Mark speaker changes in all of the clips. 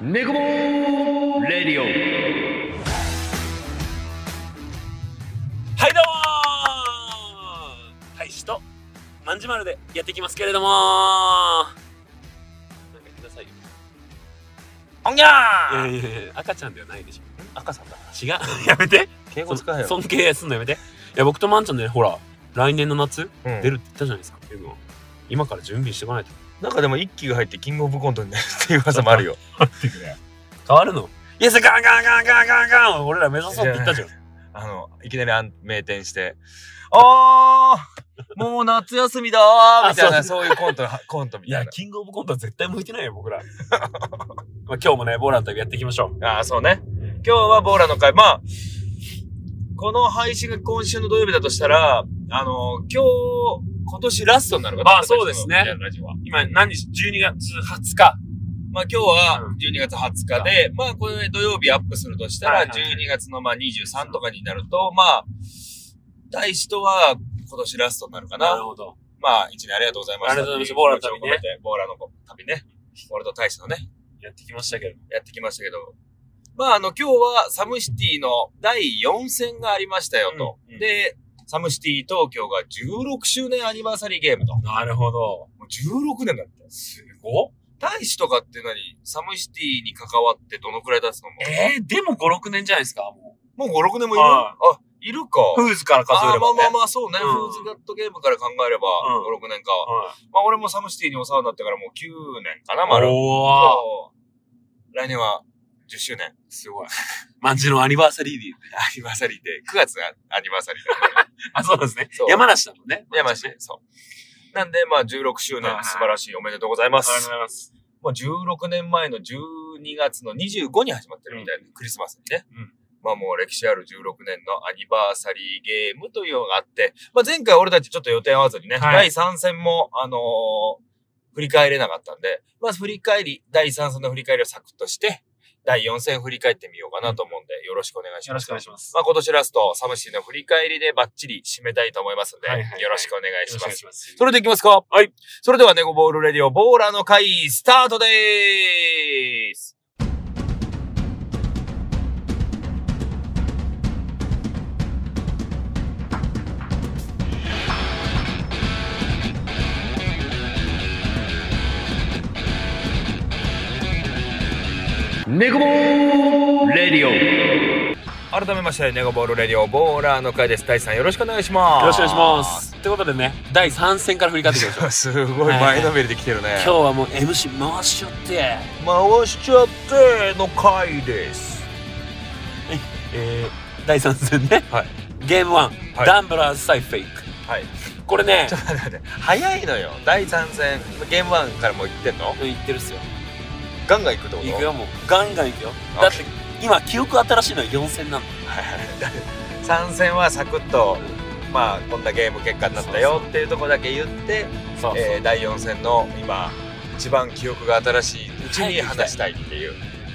Speaker 1: ネコボーンレディオ
Speaker 2: はいどうも大使とまんじまるでやっていきますけれどもなんか言ってくださいよおんぎゃーいやいやいや赤ちゃんではないでしょ
Speaker 3: 赤さんだな
Speaker 2: 違う やめて
Speaker 3: 敬語使えよ
Speaker 2: そ尊敬すんのやめていや僕とまんちゃんねほら来年の夏、
Speaker 3: うん
Speaker 2: 出るって言ったじゃないですか M を今から準備してこないと
Speaker 3: なんかでも一期が入ってキングオブコントになるっていう噂もあるよ
Speaker 2: 変わるのイエスガンガンガンガンガンガン俺ら目指そうって言ったじゃん
Speaker 3: あのいきなりあん名店して「あーもう夏休みだー」みたいな
Speaker 2: あ
Speaker 3: そういうコントはコントみ
Speaker 2: い
Speaker 3: た
Speaker 2: や
Speaker 3: い
Speaker 2: キングオブコントは絶対向いてないよ僕 らまあ今日もねボーラの旅やっていきましょう
Speaker 3: なああそうね今日はボーラの会まあこの配信が今週の土曜日だとしたらあの今日今年ラストになるかな
Speaker 2: あそうですね
Speaker 3: 私のラジオは
Speaker 2: 今何日12月20日
Speaker 3: まあ今日は12月20日で、まあこれ土曜日アップするとした
Speaker 2: は
Speaker 3: ら、
Speaker 2: いはいはい
Speaker 3: 12月のまあ23とかになると、まあ、大使とは今年ラストになるか
Speaker 2: なる
Speaker 3: な。
Speaker 2: ほど
Speaker 3: まあ一年ありがとうございました。
Speaker 2: ありがとうございましたボーラの旅ね
Speaker 3: 気持ちを込めて。ボーラの旅ね。俺と大使のね、
Speaker 2: やってきましたけど
Speaker 3: やってきましたけど。まああの今日はサムシティの第4戦がありましたよと。
Speaker 2: うんうん
Speaker 3: で、サムシティ東京が16周年アニバーサリーゲームと。も
Speaker 2: なるほど
Speaker 3: う16年だって。
Speaker 2: すごっ
Speaker 3: 大使とかって何サムシティに関わってどのくらい経つのもう
Speaker 2: えー、でも56年じゃないですかも
Speaker 3: もう5、6年もいる
Speaker 2: は
Speaker 3: あ、いるか。
Speaker 2: うフーズから数えれば、ね、
Speaker 3: あーまあまあまあ、そうね。
Speaker 2: うん
Speaker 3: フーズガットゲームから考えれば、
Speaker 2: うん
Speaker 3: 5、6年か。
Speaker 2: は
Speaker 3: まあ、俺もサムシティにお世話になってからもう9年かな、
Speaker 2: い、
Speaker 3: 丸。
Speaker 2: おお
Speaker 3: そう来年は10周年。
Speaker 2: すごい万事のアニバーサリーディー
Speaker 3: アニバーサリーで、9月がアニバーサリーだ、
Speaker 2: あそうなんですね
Speaker 3: そう
Speaker 2: 山梨だもん ね
Speaker 3: 山梨ね、そう。なんで、まあ、16周
Speaker 2: はいは
Speaker 3: 年、
Speaker 2: い
Speaker 3: 素晴らしい。おめでとうございま
Speaker 2: ありがとうご
Speaker 3: す。
Speaker 2: ざいます
Speaker 3: もう16年前の12月の25に始まってるみたいな、クリスマスにね。
Speaker 2: うん
Speaker 3: まあもう歴史ある16年のアニバーサリーゲームというのがあって、まあ前回俺たちちょっと予定合わずにね、
Speaker 2: はい
Speaker 3: 第3戦も、あのー振り返れなかったんで、まず振り返り、第3戦の振り返りをサクッとして、第4戦振り返ってみようかなと思うんで、よろしくお願いし
Speaker 2: よ
Speaker 3: ま
Speaker 2: ろ
Speaker 3: す。
Speaker 2: しくお願いします
Speaker 3: まあ今年ラスト、サムシーの振り返りでバッチリ締めたいと思いますので、
Speaker 2: はいはいはい
Speaker 3: よろしくお願いします。
Speaker 2: します
Speaker 3: それでいきますか
Speaker 2: はい。
Speaker 3: それではネゴボールレディオボーラーの会スタートでーす
Speaker 1: ネコボーンレディオ
Speaker 3: 改めましてネゴボールレディオボーラーの会です。大地さんよろしくお願いします。
Speaker 2: よろしくお願いしますってことでね第3戦から振り返ってい きましょう
Speaker 3: す。すごい前のめりで来てるね。
Speaker 2: 今日はもう MC 回しよって
Speaker 3: 回しちゃっての回です。
Speaker 2: えー、第3戦ね、
Speaker 3: はい
Speaker 2: ゲーム1、
Speaker 3: はい
Speaker 2: ダンブラーズサイフェイク
Speaker 3: はい。
Speaker 2: これね
Speaker 3: ちょっと待って待って。早いのよ。第3戦、ゲーム1からもう行ってんの
Speaker 2: 言ってるっすよ
Speaker 3: ガンガン行くってこと
Speaker 2: 行くよもうガンガン行くよだって今記憶新しいのは4戦なんだ
Speaker 3: 3戦はサクッと、まあ、こんなゲーム結果になったよっていうところだけ言って、
Speaker 2: そ
Speaker 3: えー第4戦の今一番記憶が新しいうちに話したいっていう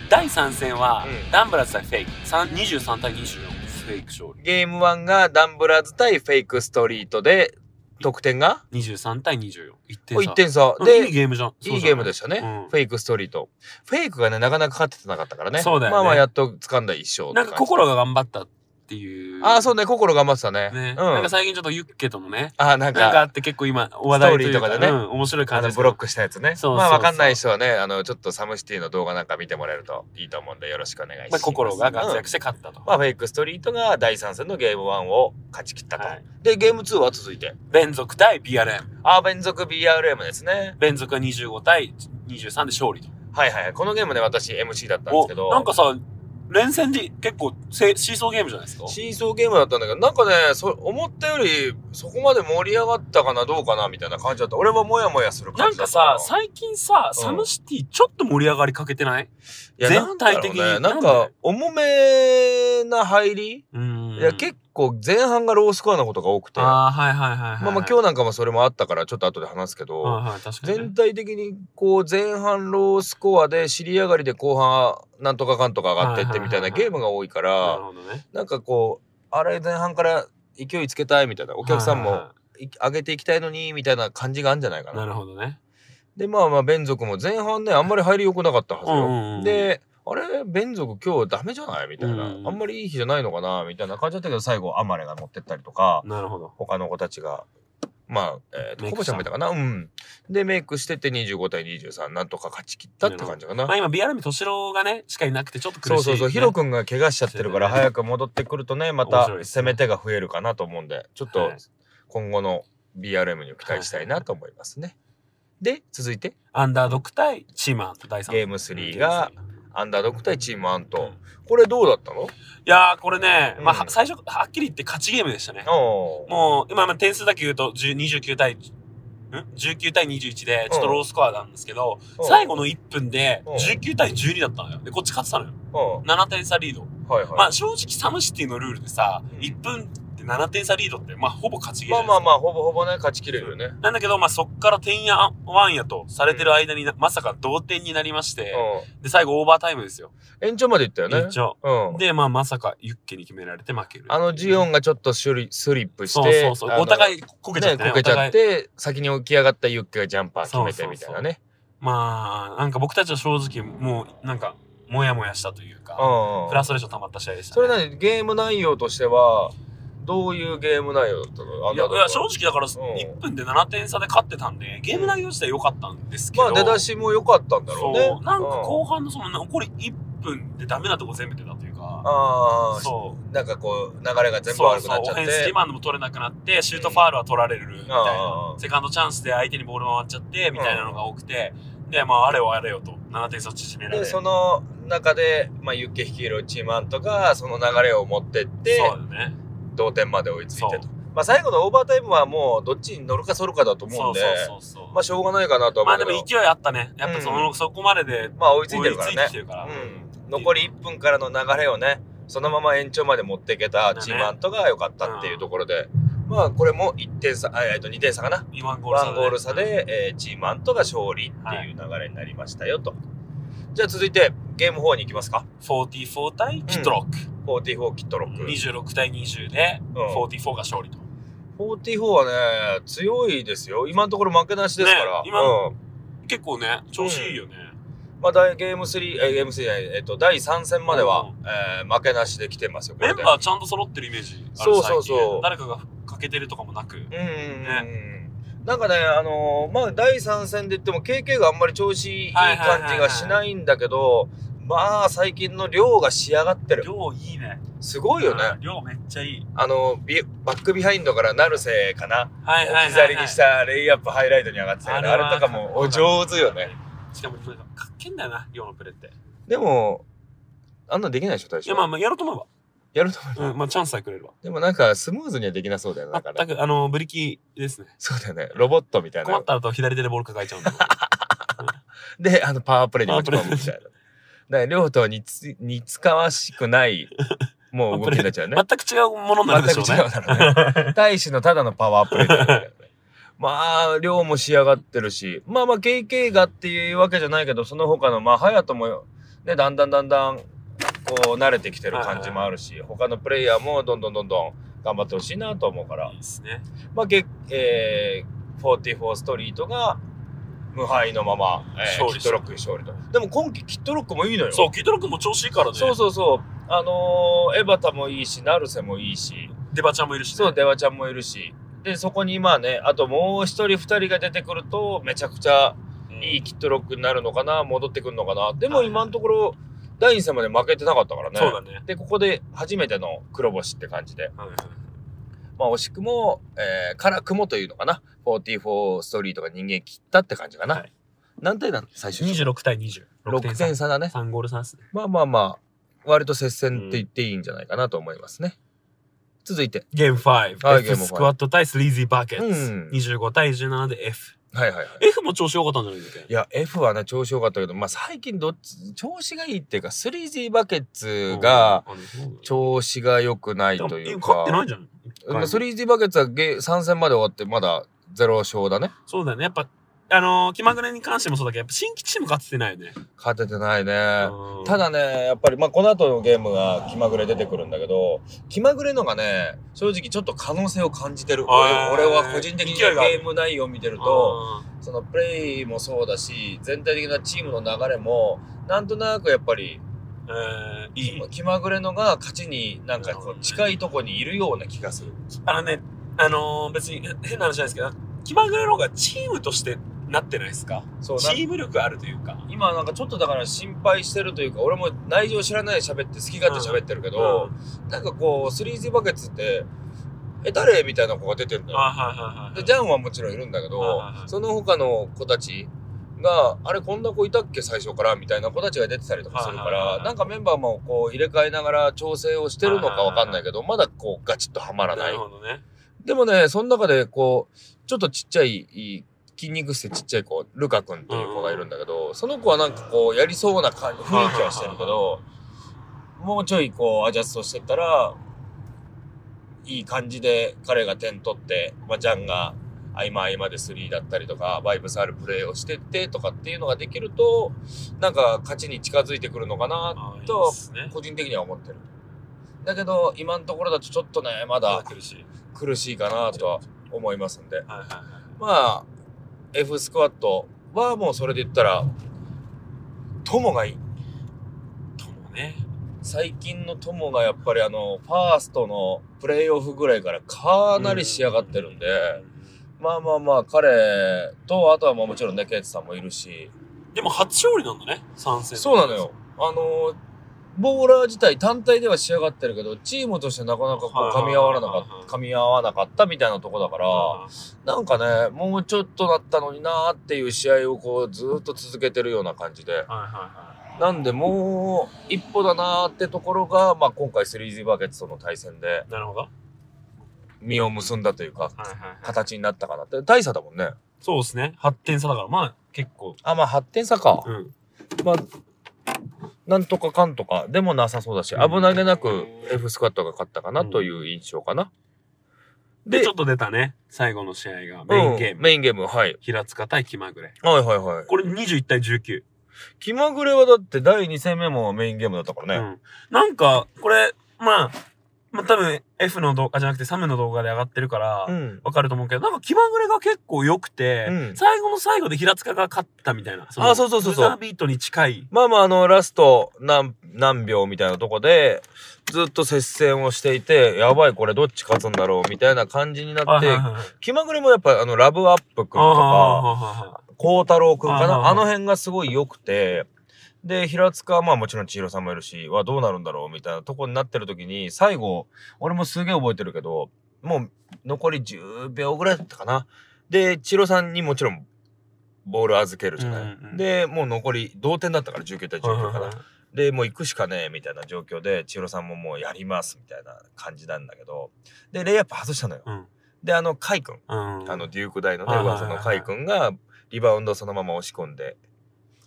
Speaker 2: 第3戦は、
Speaker 3: うん
Speaker 2: ダンブラーズ対フェイク3 23対24フェイク勝
Speaker 3: ゲーム1がダンブラーズ対フェイクストリートで得点が
Speaker 2: 利23対241点差
Speaker 3: 1点差
Speaker 2: でいい
Speaker 3: で
Speaker 2: ゲームじゃん
Speaker 3: いいゲームで
Speaker 2: し
Speaker 3: したね、
Speaker 2: うん
Speaker 3: フェイクストリートフェイクがねなかなか勝っててなかったからね
Speaker 2: そうだよね
Speaker 3: まあまあやっと掴んだ一勝
Speaker 2: なんか心が頑張ったっていう
Speaker 3: ああーそう
Speaker 2: ね
Speaker 3: ね心頑張ってたね
Speaker 2: ね、
Speaker 3: うん
Speaker 2: なんか最近ちょっとユッケともね
Speaker 3: あーなん
Speaker 2: なんかあ
Speaker 3: か
Speaker 2: って結構今話題というか
Speaker 3: ストーリーとかでね
Speaker 2: うん、面白い
Speaker 3: あ
Speaker 2: 感じ
Speaker 3: の
Speaker 2: です
Speaker 3: ブロックしたやつね
Speaker 2: そうそうそう
Speaker 3: まあわかんない人はねあのちょっとサムシティの動画なんか見てもらえるといいと思うんでよろしくお願いし
Speaker 2: ま
Speaker 3: ま
Speaker 2: あ、
Speaker 3: す、
Speaker 2: 心が活
Speaker 3: うん
Speaker 2: 躍して勝ったと、
Speaker 3: まあ、フェイクストリートが第3戦のゲーム1を勝ち切ったと。
Speaker 2: はい
Speaker 3: で、ゲーム2は続いて。
Speaker 2: 連続対 BRM
Speaker 3: アーベン族 BRM ですね。
Speaker 2: 連続は25対23で勝利と
Speaker 3: はいはいはい。このゲームね、私 MC だったんです
Speaker 2: お
Speaker 3: けど。
Speaker 2: なんかさ連戦で結構せシーソーゲームじゃないですか
Speaker 3: 真相ゲームだったんだけど、なんかね、そ思ったより、そこまで盛り上がったかな、どうかな、みたいな感じだった。俺はモヤモヤする
Speaker 2: な
Speaker 3: 感
Speaker 2: ん
Speaker 3: じだ
Speaker 2: か
Speaker 3: ったな。
Speaker 2: さ最近さサムシティちょっと盛り上がりかけてない
Speaker 3: いや
Speaker 2: 全体的に
Speaker 3: なんだろうねなん
Speaker 2: なん
Speaker 3: か
Speaker 2: で、
Speaker 3: 重めな入り、
Speaker 2: うん
Speaker 3: いや、結構前半がロースコアなことが多くて。まあ
Speaker 2: ああはいはいはいはい
Speaker 3: まあ、今日なんかもそれもあったから、ちょっと後で話すけど。
Speaker 2: はいはい確かにね
Speaker 3: 全体的にこう前半ロースコアで尻上がりで後半なんとかかんとか上がってってみたい
Speaker 2: は
Speaker 3: な
Speaker 2: いはいはいはい
Speaker 3: ゲームが多い
Speaker 2: な
Speaker 3: か
Speaker 2: る
Speaker 3: ら
Speaker 2: ほどね
Speaker 3: なんかこうあれ前半から勢いつけたいみたいなお客さん
Speaker 2: はいは
Speaker 3: もい上げていきたいのにみたいな感じがあるんじゃないか
Speaker 2: いはいな
Speaker 3: な
Speaker 2: るほどね
Speaker 3: で、まあまあ、ベン族も前半ね、あんまり入り良くなかったはずよ。
Speaker 2: うんうんうん
Speaker 3: で、あれ、ベン族今日ダメじゃないみたいな、
Speaker 2: うんうん
Speaker 3: あんまりいい日じゃないのかなみたいな感じだったけど、最後、アマレが持ってったりとか、
Speaker 2: なるほど。
Speaker 3: 他の子たちが、まあ、えーと、
Speaker 2: メイク
Speaker 3: コボ
Speaker 2: し
Speaker 3: ち
Speaker 2: た
Speaker 3: ゃんもいたかなうん。で、メイクしてて25対23、なんとか勝ち切ったって感じかな
Speaker 2: まあ。今、ビアラミ敏郎がね、しかいなくてちょっと苦しい、
Speaker 3: そ
Speaker 2: ね。
Speaker 3: うそうそう、ヒロ君が怪我しちゃってるから、
Speaker 2: そうだね
Speaker 3: 早く戻ってくるとね、ま
Speaker 2: 面
Speaker 3: た
Speaker 2: 白いですね
Speaker 3: 攻め手が増えるかなと思うんで、ちょっと
Speaker 2: はい
Speaker 3: 今後の BRM に期待したいなと思いますね。で、続いて、
Speaker 2: アンダードック対チーマンと第3
Speaker 3: ゲーム3がアンダードック対チームアント。これどうだったの
Speaker 2: いやー、これね、
Speaker 3: うん
Speaker 2: まあ、は最初、はっきり言って勝ちゲームでしたね。
Speaker 3: おー
Speaker 2: もう、今、まあ点数だけ言うと、10 29対、ん ?19 対21で、ちょっとロースコアなんですけど、
Speaker 3: うん
Speaker 2: 最後の1分で、
Speaker 3: うん
Speaker 2: 19対12だったのよ。で、こっち勝ってたのよ。
Speaker 3: うん
Speaker 2: 7点差リード。
Speaker 3: はいはい。
Speaker 2: まあ、正直、サムシティのルールでさ
Speaker 3: う、ん
Speaker 2: 1分で7点差リードって、まあ、ほぼ勝ちゲー
Speaker 3: ま
Speaker 2: ム
Speaker 3: あまあまあ、ほぼほぼね、勝ちきれるよね。
Speaker 2: なんだけど、まあ、そっから点やワンやとされてる間にな、まさか同点になりまして、
Speaker 3: う
Speaker 2: で、最後オーバータイムですよ。
Speaker 3: ん。延長までいったよね。
Speaker 2: 延長。
Speaker 3: うん。
Speaker 2: で、まあ、まさかユッケに決められて負ける。
Speaker 3: あのジオンがちょっとスリスリップして、
Speaker 2: そうそうそう。お互
Speaker 3: い
Speaker 2: いこけちゃ
Speaker 3: ね、
Speaker 2: って、ね。
Speaker 3: こけちゃっ
Speaker 2: お互い
Speaker 3: て、先に起き上がったユッケがジャンパー決めてみたいなね。
Speaker 2: まあ、なんか僕たちは正直、もう、なんか、もやもやしたという
Speaker 3: う
Speaker 2: か、
Speaker 3: んうん
Speaker 2: フラストレーション溜まった試合でした、
Speaker 3: そ
Speaker 2: ね。
Speaker 3: れ何ゲーム内容としてはどういうゲーム内容だったの
Speaker 2: いやいや正
Speaker 3: 直
Speaker 2: 直だから
Speaker 3: うん
Speaker 2: 1分で7点差で勝ってたんでゲーム内容自体良かったんですけ
Speaker 3: ま
Speaker 2: ど、
Speaker 3: あ出だしも良かったんだろうね
Speaker 2: そうなんか
Speaker 3: う
Speaker 2: 後半のその残り1分でダメなとこ全部出たというか
Speaker 3: ああ
Speaker 2: そう
Speaker 3: なんかこう流れが全部悪くなっちゃっ
Speaker 2: そうそうオフェ
Speaker 3: て
Speaker 2: ンスリバウンドも取れなくなってシュートファールは取られるみたい
Speaker 3: あ
Speaker 2: な
Speaker 3: あ
Speaker 2: セカンドチャンスで相手にボール回っちゃってみたいなのが多くてでまああれよあれよと7点差縮められる
Speaker 3: でその中で、まあ、ユッケ率いるチームアントがその流れを持ってって
Speaker 2: そうだね
Speaker 3: 同点まで追いついて
Speaker 2: そ
Speaker 3: と、まあ、最後のオーバータイムはもうどっちに乗るかそるかだと思
Speaker 2: そううん
Speaker 3: で
Speaker 2: そうそうそう
Speaker 3: まあしょうがないかなとは
Speaker 2: ま
Speaker 3: 思
Speaker 2: あ
Speaker 3: うけ
Speaker 2: で
Speaker 3: ど、
Speaker 2: も
Speaker 3: まあ、
Speaker 2: 勢いあったねやっぱその、
Speaker 3: うん
Speaker 2: そこまでで
Speaker 3: 追いついてるから
Speaker 2: 追いついて
Speaker 3: ね
Speaker 2: きてるから、
Speaker 3: うん、残り1分からの流れをねそのまま延長まで持っていけたチームアントが良かったっていうところで、まあこれも1点差あえっと2点差かな
Speaker 2: 今ゴール差
Speaker 3: 1
Speaker 2: で
Speaker 3: ゴール差で、えーチームアントが勝利っていう流れになりましたよと、じゃあ続いてゲーム4に行きますか
Speaker 2: 44対キットロック、
Speaker 3: 44キットロック、
Speaker 2: 26対20で
Speaker 3: うん
Speaker 2: 44が勝利と、
Speaker 3: 44はね強いですよ今のところ負けなしですから、
Speaker 2: ね今
Speaker 3: うん
Speaker 2: 結構ね調子いいよね、
Speaker 3: まあ、第ゲーム3、えーゲーム3じゃないえっと、第3戦までは、
Speaker 2: うん
Speaker 3: えー負けなしで来てますよ、こ
Speaker 2: メ
Speaker 3: れ
Speaker 2: ン
Speaker 3: で
Speaker 2: バーちゃんと揃ってるイメージある
Speaker 3: そうそうそう
Speaker 2: 最近誰かが欠けてるとかもなく、
Speaker 3: うんうんうんうんなんかね、あのーまあ、第3戦で言っても KK があんまり調子いい
Speaker 2: はいはいはいはい
Speaker 3: 感じがしないんだけど、まあ、最近の量が仕上がってる。
Speaker 2: 量いいね
Speaker 3: すごいよね。
Speaker 2: うん量めっちゃいい
Speaker 3: あの、ビバックビハインドから成瀬かな。
Speaker 2: はいはいはい、はい、
Speaker 3: 置き去りにしたレイアップハイライトに上がってたけど、あ
Speaker 2: は
Speaker 3: れとかもお上手よね。
Speaker 2: しかもなんかかっけんだよな量のプレーってい
Speaker 3: でも、あんなんできないでしょ、大将。
Speaker 2: やまあまあやろうと思
Speaker 3: やると思う
Speaker 2: えば、うんまあ、チャンスさえくれれば
Speaker 3: でもなんかスムーズにはできなそうだよね。なんかね
Speaker 2: 全くあのブリキですね
Speaker 3: そうだよね。ロボットみたい
Speaker 2: 困
Speaker 3: な
Speaker 2: っ。たらと左手でボール抱えちゃうんだ
Speaker 3: で、あの、パワープレイに持ち込むみたいな。だから、両党につ、に使わしく ない、もう動きになっちゃうね。
Speaker 2: 全く違うものになるでしょうね
Speaker 3: 全く違うだろう ね。大使のただのパワープレイだよね。 まあ、量も仕上がってるし、まあまあ、KK がっていうわけじゃないけど、その他の、まあ、隼人も、ね、だんだんだんだん、こう、慣れてきてる感じもあるし、他のプレイヤーもどんどんどんどん頑張ってほしいなと思うから
Speaker 2: いい。ですね
Speaker 3: まあ、げえー、44ストリートが無敗のまま、えー
Speaker 2: 勝利
Speaker 3: キットロックに勝利と。でも今季キットロックもいいのよ。
Speaker 2: そうキートロックも調子いいからね
Speaker 3: そうそうそうあのーエバタもいいし、ナルセもいいし、
Speaker 2: デバちゃんもいるし、ね、
Speaker 3: そう、デワちゃんもいるし。で、そこにまあね、あともう一人二人が出てくると、めちゃくちゃ
Speaker 2: うん
Speaker 3: いいキットロックになるのかな、戻ってくるのかな。で
Speaker 2: はい
Speaker 3: も
Speaker 2: はい
Speaker 3: 今のところ、第2戦まで負けてなかったからね。
Speaker 2: そうだね
Speaker 3: で、ここで初めての黒星って感じで。
Speaker 2: はいはい
Speaker 3: まあ、惜しくも、えー、からくもというのかな。44ストリートが人間切ったって感じかな。
Speaker 2: はい
Speaker 3: 何点なん最終
Speaker 2: 26対20
Speaker 3: ?6 点差だね。
Speaker 2: 3ゴール差ですね
Speaker 3: まあまあまあ、割と接戦って言っていいんじゃないかなと思いますね。続いて。
Speaker 2: ゲーム5、
Speaker 3: はいゲー
Speaker 2: F
Speaker 3: ム5
Speaker 2: スクワット対スリーズィーバケツ、
Speaker 3: うん
Speaker 2: 25対17で F
Speaker 3: はいはいはい。
Speaker 2: F も調子良かったんじゃないですか
Speaker 3: いや、F はね、調子良かったけど、まあ最近どっち、調子がいいっていうか、スリージーバケツが、調子が良くない
Speaker 2: 子
Speaker 3: という
Speaker 2: 勝ってない
Speaker 3: か
Speaker 2: ん、じゃん
Speaker 3: うんスリージーバケツはゲ3戦まで終わってまだ0勝だね。
Speaker 2: そうだよねやっぱあのー、気まぐれに関してもそうだけど、やっぱ新規チーム勝つてないよね。
Speaker 3: 勝ててないね。
Speaker 2: うん
Speaker 3: た、だね、やっぱり、まあ、この後のゲームが気まぐれ出てくるんだけど、気まぐれのがね、正直ちょっと可能性を感じてる。俺
Speaker 2: あー
Speaker 3: 俺は個人的にゲ
Speaker 2: 勢いがある
Speaker 3: ーム内容を見てると、
Speaker 2: と、
Speaker 3: そのプレイもそうだし、全体的なチームの流れも、なんとなくやっぱり、
Speaker 2: えー、いい。
Speaker 3: 気まぐれのが勝ちになんかこう近いとこにいるような気がする。
Speaker 2: あのね、あのー、別に変な話じゃないですけど、気まぐれの方がチームとしてなってないですか
Speaker 3: そうなんか
Speaker 2: チーム力あるというか。
Speaker 3: 今なんかちょっとだから心配してるというか俺も内情知らないで喋って好き勝手喋ってるけど、なんかこう 3G バケツって「え誰?」みたいな子が出てるんだ
Speaker 2: あ
Speaker 3: よ。
Speaker 2: はいはいはい。
Speaker 3: でジャンはもちろんいるんだけど、
Speaker 2: はいはいはい
Speaker 3: その他の子たちが「あれこんな子いたっけ最初から」みたいな子たちが出てたりとかするから、
Speaker 2: はいはいはいはい
Speaker 3: なんかメンバーもこう入れ替えながら調整をしてるのかわかんないけど、まだこうガチッとはまら
Speaker 2: な
Speaker 3: ない
Speaker 2: る。ほどね。
Speaker 3: でもね、その中でこう、ちょっとちっちゃい、いい筋肉質でちっちゃい子、ルカ君っていう子がいるんだけど、その子はなんかこう、やりそうな感雰囲気はしてるけど、もうちょいこう、アジャストしてったら、いい感じで彼が点取って、まあ、ジャンが合間合間でスリーだったりとか、バイブスあるプレーをしてってとかっていうのができると、なんか勝ちに近づいてくるのかな、
Speaker 2: あーいい
Speaker 3: と
Speaker 2: ですね。
Speaker 3: 個人的には思ってる。だけど、今のところだとちょっとね、まだ
Speaker 2: あ、苦しい。
Speaker 3: 苦しいかなとは思いますんで。
Speaker 2: はいはいはい。
Speaker 3: まあ、F スクワットはもうそれで言ったら、友がいい。
Speaker 2: ともね。
Speaker 3: 最近の友がやっぱりあの、ファーストのプレイオフぐらいからかなり仕上がってるんで、まあまあまあ彼と、あとはまあもちろんね、ケイツさんもいるし、
Speaker 2: でも初勝利なんだね、参戦。
Speaker 3: そうなのよ。。あの、ボーラー自体単体では仕上がってるけど、チームとしてなかなかこう噛み合わなか
Speaker 2: はいはいはいは
Speaker 3: っ
Speaker 2: い
Speaker 3: た、噛み合わなかったみたいなとこだから、
Speaker 2: あ
Speaker 3: なんかね、もうちょっとだったのになーっていう試合をこうずーっと続けてるような感じで。
Speaker 2: あ。はいはいはい。
Speaker 3: なんでもう一歩だなーってところが、まあ今回 3G バケツとの対戦で
Speaker 2: なるほど。はい
Speaker 3: 実を結んだというか、
Speaker 2: はいはい。
Speaker 3: 形になったかなって。大差だもんね。
Speaker 2: そうですね。8点差だから、まあ結構。
Speaker 3: あ、まあ8点差か。
Speaker 2: ん。
Speaker 3: まあ、なんとかかんとかでもなさそうだし、
Speaker 2: うん
Speaker 3: 危なげなく F スクワットが勝ったかなという印象かな。
Speaker 2: で、ちょっと出たね、最後の試合が、
Speaker 3: うん
Speaker 2: メインゲーム。
Speaker 3: メインゲーム、はい。
Speaker 2: 平塚対気まぐれ。
Speaker 3: はいはいはい。
Speaker 2: これ21対19。
Speaker 3: 気まぐれはだって第2戦目もメインゲームだったから
Speaker 2: う
Speaker 3: ね。
Speaker 2: ん。なんか、これ、まあ、まあ多分 F の動画じゃなくてサムの動画で上がってるから、
Speaker 3: ん。
Speaker 2: わかると思うけど、なんか気まぐれが結構良くて、
Speaker 3: うん
Speaker 2: 最後の最後で平塚が勝ったみたいな。の
Speaker 3: あそうそうそうそう
Speaker 2: ブザービートに近い。
Speaker 3: まあまあ、あの、ラスト何、何秒みたいなとこで、ずっと接戦をしていて、やばい、これどっち勝つんだろうみたいな感じになって、気まぐれもやっぱ、あの、ラブアップくんとか、
Speaker 2: あ
Speaker 3: 孝太郎くんか
Speaker 2: あー
Speaker 3: な、あの辺がすごい良くて、で、平塚はまあもちろん千尋さんもいるし、はどうなるんだろうみたいなとこになってる時に、最後、俺もすげえ覚えてるけど、もう残り10秒ぐらいだったかな。で、千尋さんにもちろん、ボール預けるじゃない。
Speaker 2: うんうん
Speaker 3: で、もう残り、同点だったから、19対19かな。でもう行くしかねえみたいな状況で千尋さんももうやりますみたいな感じなんだけどでレイアップ外したのよ、
Speaker 2: うん
Speaker 3: であの甲斐君
Speaker 2: あ
Speaker 3: あの、デューク大のね
Speaker 2: はいはいはい
Speaker 3: 噂の甲斐君がリバウンドそのまま押し込んで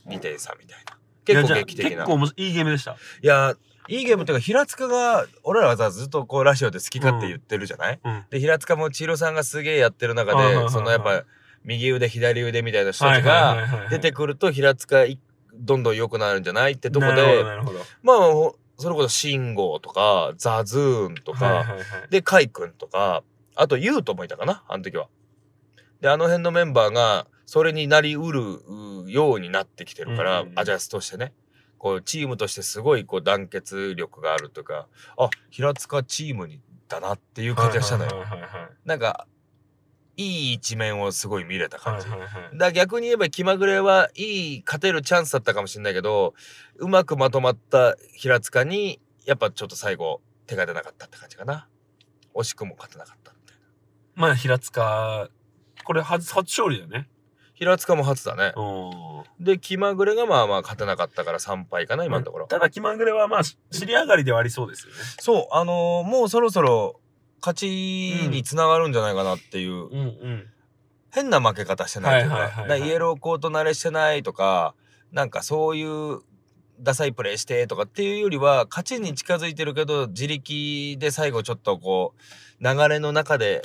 Speaker 3: 2点差みたいな結構劇的
Speaker 2: いやじゃ
Speaker 3: な
Speaker 2: あ結構面白いいいゲームでした。
Speaker 3: いやいいゲームっていうか平塚が俺らはさずっとこうラジオで好き勝手言ってるじゃない、
Speaker 2: うん。
Speaker 3: で平塚も千尋さんがすげえやってる中
Speaker 2: はいはいはいは
Speaker 3: で
Speaker 2: い
Speaker 3: そのやっぱ右腕左腕みたいな人たちが出て
Speaker 2: く
Speaker 3: くると平塚いどんどん良くなるんじゃないってとこで。
Speaker 2: なるほど。
Speaker 3: まあ、ほそれこそ、信号とか、ザズーンとか、
Speaker 2: はいはいはい
Speaker 3: で、カイ君とか、あと、ユウトもいたかな、あの時は。で、あの辺のメンバーが、それになりうるうようになってきてるか
Speaker 2: う
Speaker 3: ら、
Speaker 2: んうんうん
Speaker 3: アジャストしてね。こう、チームとしてすごい、こう、団結力があるというか、あ、平塚チームに、だなっていう感じがしたのよ。
Speaker 2: はいはいはいはい
Speaker 3: なんか、いい一面をすごい見れた感じ。
Speaker 2: はいはいはい
Speaker 3: だ逆に言えば気まぐれはいい勝てるチャンスだったかもしれないけどうまくまとまった平塚にやっぱちょっと最後手が出なかったって感じかな惜しくも勝てなかったみたいな
Speaker 2: まあ、平塚、これ初、初勝利だよね。
Speaker 3: 平塚も初だね
Speaker 2: うん。
Speaker 3: で気まぐれがまあまあ勝てなかったから3敗かな今のところ、
Speaker 2: ただ、気まぐれは、まあ、し尻上がりではありそうですよね。
Speaker 3: そうあのーもうそろそろ勝ちにつながるんじゃないかなっていう、
Speaker 2: うんうん。
Speaker 3: 変な負け方してないというか,、
Speaker 2: はいはいはいはい
Speaker 3: だからイエローコート慣れしてないとかなんかそういうダサいプレーしてとかっていうよりは勝ちに近づいてるけど自力で最後ちょっとこう流れの中で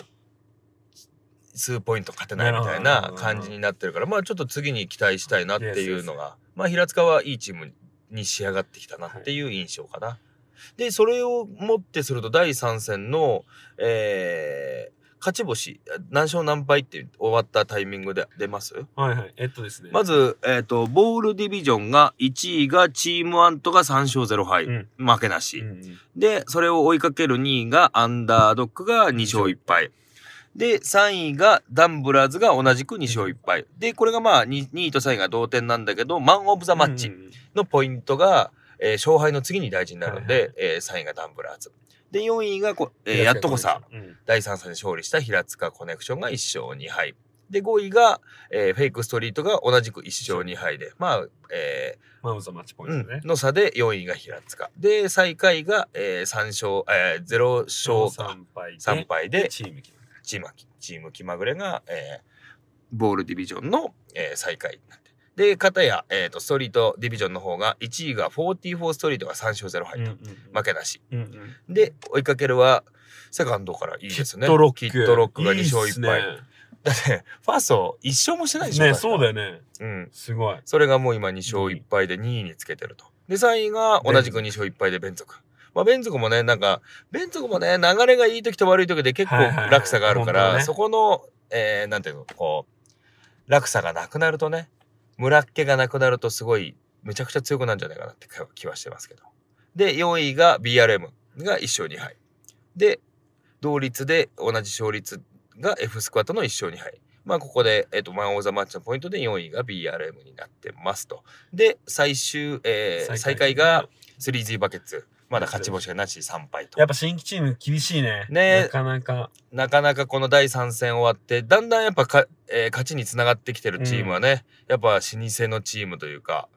Speaker 3: 数ポイント勝てないみたい
Speaker 2: なるほ
Speaker 3: な
Speaker 2: ど
Speaker 3: 感じになってるから、まあちょっと次に期待したいなっていうのが、まあ平塚はいいチームに仕上がってきたなっていう印象かな。で、それをもってすると第3戦の、えー勝ち星、何勝何敗って終わったタイミングで出ます
Speaker 2: はいはい。えっとですね。
Speaker 3: まず、えっ、と、ボールディビジョンが1位がチームアントが3勝0敗、
Speaker 2: うん
Speaker 3: 負けなし。
Speaker 2: うんうん
Speaker 3: で、それを追いかける2位がアンダードックが2勝1敗。で、3位がダンブラーズが同じく2勝1敗。で、これがまあ 2, 位と3位が同点なんだけど、マン・オブ・ザ・マッチ
Speaker 2: うんうんうん
Speaker 3: のポイントが、えー勝敗の次に大事になるんで、
Speaker 2: はいはい
Speaker 3: え3位がダンブラーズ。で、4位がこ、えーやっとこさ。
Speaker 2: うん
Speaker 3: 第3戦で勝利した平塚コネクションが1勝2敗。で、5位が、えーフェイクストリートが同じく1勝2敗で、まあ、え
Speaker 2: マウザマッチポ
Speaker 3: ー
Speaker 2: イントね
Speaker 3: うん。の差で4位が平塚。で、最下位が、え3勝、え0勝か
Speaker 2: 3敗で。
Speaker 3: 3敗で、
Speaker 2: チーム決め
Speaker 3: チームき、チーム気まぐれが、えーボールディビジョンの、えー最下位になって。で、片や、えーと、ストリートディビジョンの方が、1位が44ストリートが3勝0敗と。負けなし。
Speaker 2: うんうんうん
Speaker 3: で、追いかけるは、セカンドからいいです
Speaker 2: キッ
Speaker 3: ね。
Speaker 2: トロック。
Speaker 3: キットロックが2勝
Speaker 2: いいっす
Speaker 3: 1
Speaker 2: ね
Speaker 3: 敗。だって、 ファースト1勝もしてないでしょ。
Speaker 2: ね、そうだよね。
Speaker 3: うん。
Speaker 2: すごい。
Speaker 3: それがもう今2勝1敗で2位につけてると。で、3位が同じく2勝1敗でベンゾク。まあ、ベンゾクもね、なんか、ベンゾクもね、流れがいい時と悪い時で結構
Speaker 2: はいはいはい
Speaker 3: 落差があるから、
Speaker 2: 本当ね
Speaker 3: そこの、えー、なんていうの、こう、落差がなくなるとね、村っ気がなくなるとすごい、めちゃくちゃ強くなるんじゃないかなって気はしてますけど。で、4位が BRM が1勝2敗。で、同率で同じ勝率が F スクワットの1勝2敗。まあ、ここで、えっ、と、マン・オブ・ザ・マッチのポイントで4位が BRM になってますと。で、最終、えー最下位が 3G バケツ。まだ勝ち星がなし3敗と
Speaker 2: や。っぱ新規チーム厳しいね。
Speaker 3: ね
Speaker 2: なかなか。
Speaker 3: なかなかこの第3戦終わって、だんだんやっぱか、えー勝ちにつながってきてるチームはね、やっぱ老舗のチームというか、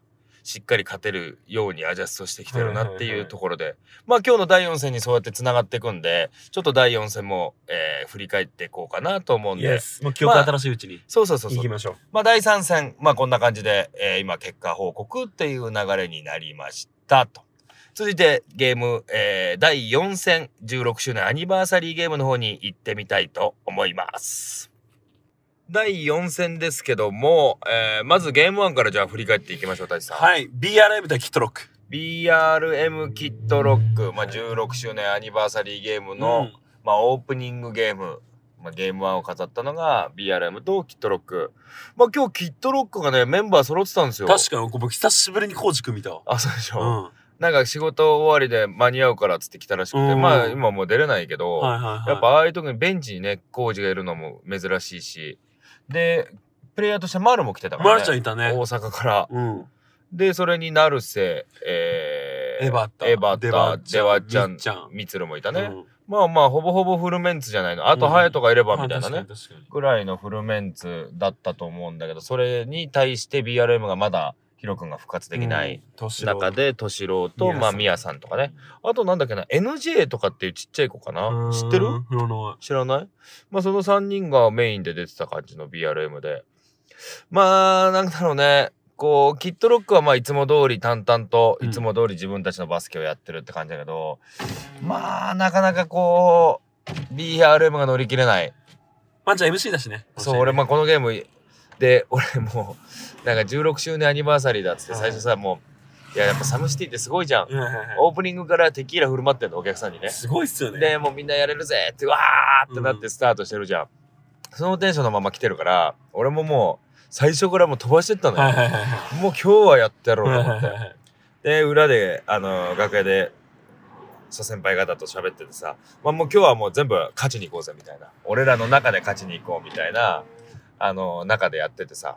Speaker 3: しっかり勝てるようにアジャストしてきてる
Speaker 2: は
Speaker 3: なって
Speaker 2: いはい
Speaker 3: い
Speaker 2: は
Speaker 3: う
Speaker 2: い
Speaker 3: ところで、まあ今日の第4戦にそうやってつながっていくんで、ちょっと第4戦も、えー振り返っていこうかなと思うん
Speaker 2: イ
Speaker 3: で、
Speaker 2: エス。もう記憶
Speaker 3: まあ
Speaker 2: 新しいうちに。
Speaker 3: そうそうそう
Speaker 2: 行
Speaker 3: そう
Speaker 2: き。ましょう。
Speaker 3: まあ、第3戦、まあ、こんな感じで、えー今、結果報告っていう流れになりましたと。続いて、ゲーム、えー第4戦、16周年アニバーサリーゲームの方に行ってみたいと思います。第4戦ですけども、えーまずゲーム1からじゃあ振り返っていきましょう、大地さん。
Speaker 2: はい。BRM 対キットロック。
Speaker 3: BRM キットロック、まあ、16周年アニバーサリーゲームの、
Speaker 2: うん
Speaker 3: まあ、オープニングゲーム、まあ、ゲーム1を飾ったのが BRM とキットロック。まあ、今日キットロックがね、メンバー揃ってたんですよ。
Speaker 2: 確かに、僕久しぶりにコージ君見たわ。
Speaker 3: あ、そうでしょ、
Speaker 2: うん。
Speaker 3: なんか仕事終わりで間に合うからっつって来たらしくて、
Speaker 2: うん
Speaker 3: まあ、今もう出れないけど、
Speaker 2: はいはいはい。
Speaker 3: やっぱ、ああいう時にベンチにね、コーチがいるのも珍しいし、で、プレイヤーとして丸も来てたから、ね。
Speaker 2: マルちゃんいたね
Speaker 3: 大。阪から。
Speaker 2: うん。
Speaker 3: で、それになるせ、えー、
Speaker 2: エバッタ。
Speaker 3: エバッタ、デワちゃん
Speaker 2: みっ、ちゃん。
Speaker 3: ミツルもいた
Speaker 2: だ
Speaker 3: ね、まあまあ、ほぼほぼフルメンツじゃないの。あと、
Speaker 2: うん
Speaker 3: ハヤトがいればみたいなね。
Speaker 2: 確かに。
Speaker 3: ぐらいのフルメンツだったと思うんだけど、それに対して BRM がまだヒロ君が復活できない
Speaker 2: 年
Speaker 3: 中で、敏郎と、まあ、ミヤさんとかね。。あと、なんだっけな、NJ とかっていうちっちゃい子かな。知ってる
Speaker 2: うん知らな
Speaker 3: 知らないまあ、その3人がメインで出てた感じの BRM で。まあ、なんだろうね。こう、キットロックはまあ、いつも通り淡々と、
Speaker 2: うん
Speaker 3: いつも通り自分たちのバスケをやってるって感じだけど、まあ、なかなかこう、BRM が乗り切れない。
Speaker 2: い。まんちゃん MC だしね。
Speaker 3: そう、俺、まあ、このゲームで、俺もう、なんか16周年アニバーサリーだっつって、
Speaker 2: はい
Speaker 3: 最初さ、もう、いや、やっぱサムシティってすごいじゃん。
Speaker 2: うんはいはいはい
Speaker 3: オープニングからテキーラ振る舞ってんの、お客さんにね。
Speaker 2: すごいっすよね。
Speaker 3: で、もうみんなやれるぜって、わーってなっ
Speaker 2: う
Speaker 3: てスタートしてるじゃん。そのテンションのまま来てるから、俺ももう、最初からもう飛ばしてったのよ。
Speaker 2: はいはいはいは
Speaker 3: もう今日はやってやろう
Speaker 2: い。
Speaker 3: と
Speaker 2: はいは
Speaker 3: 思っ
Speaker 2: い
Speaker 3: て。
Speaker 2: はい
Speaker 3: で、裏で、あの、楽屋で、諸先輩方と喋っててさ、まあもう今日はもう全部勝ちに行こうぜみたいな。俺らの中で勝ちに行こうみたいな、あの、中でやっててさ。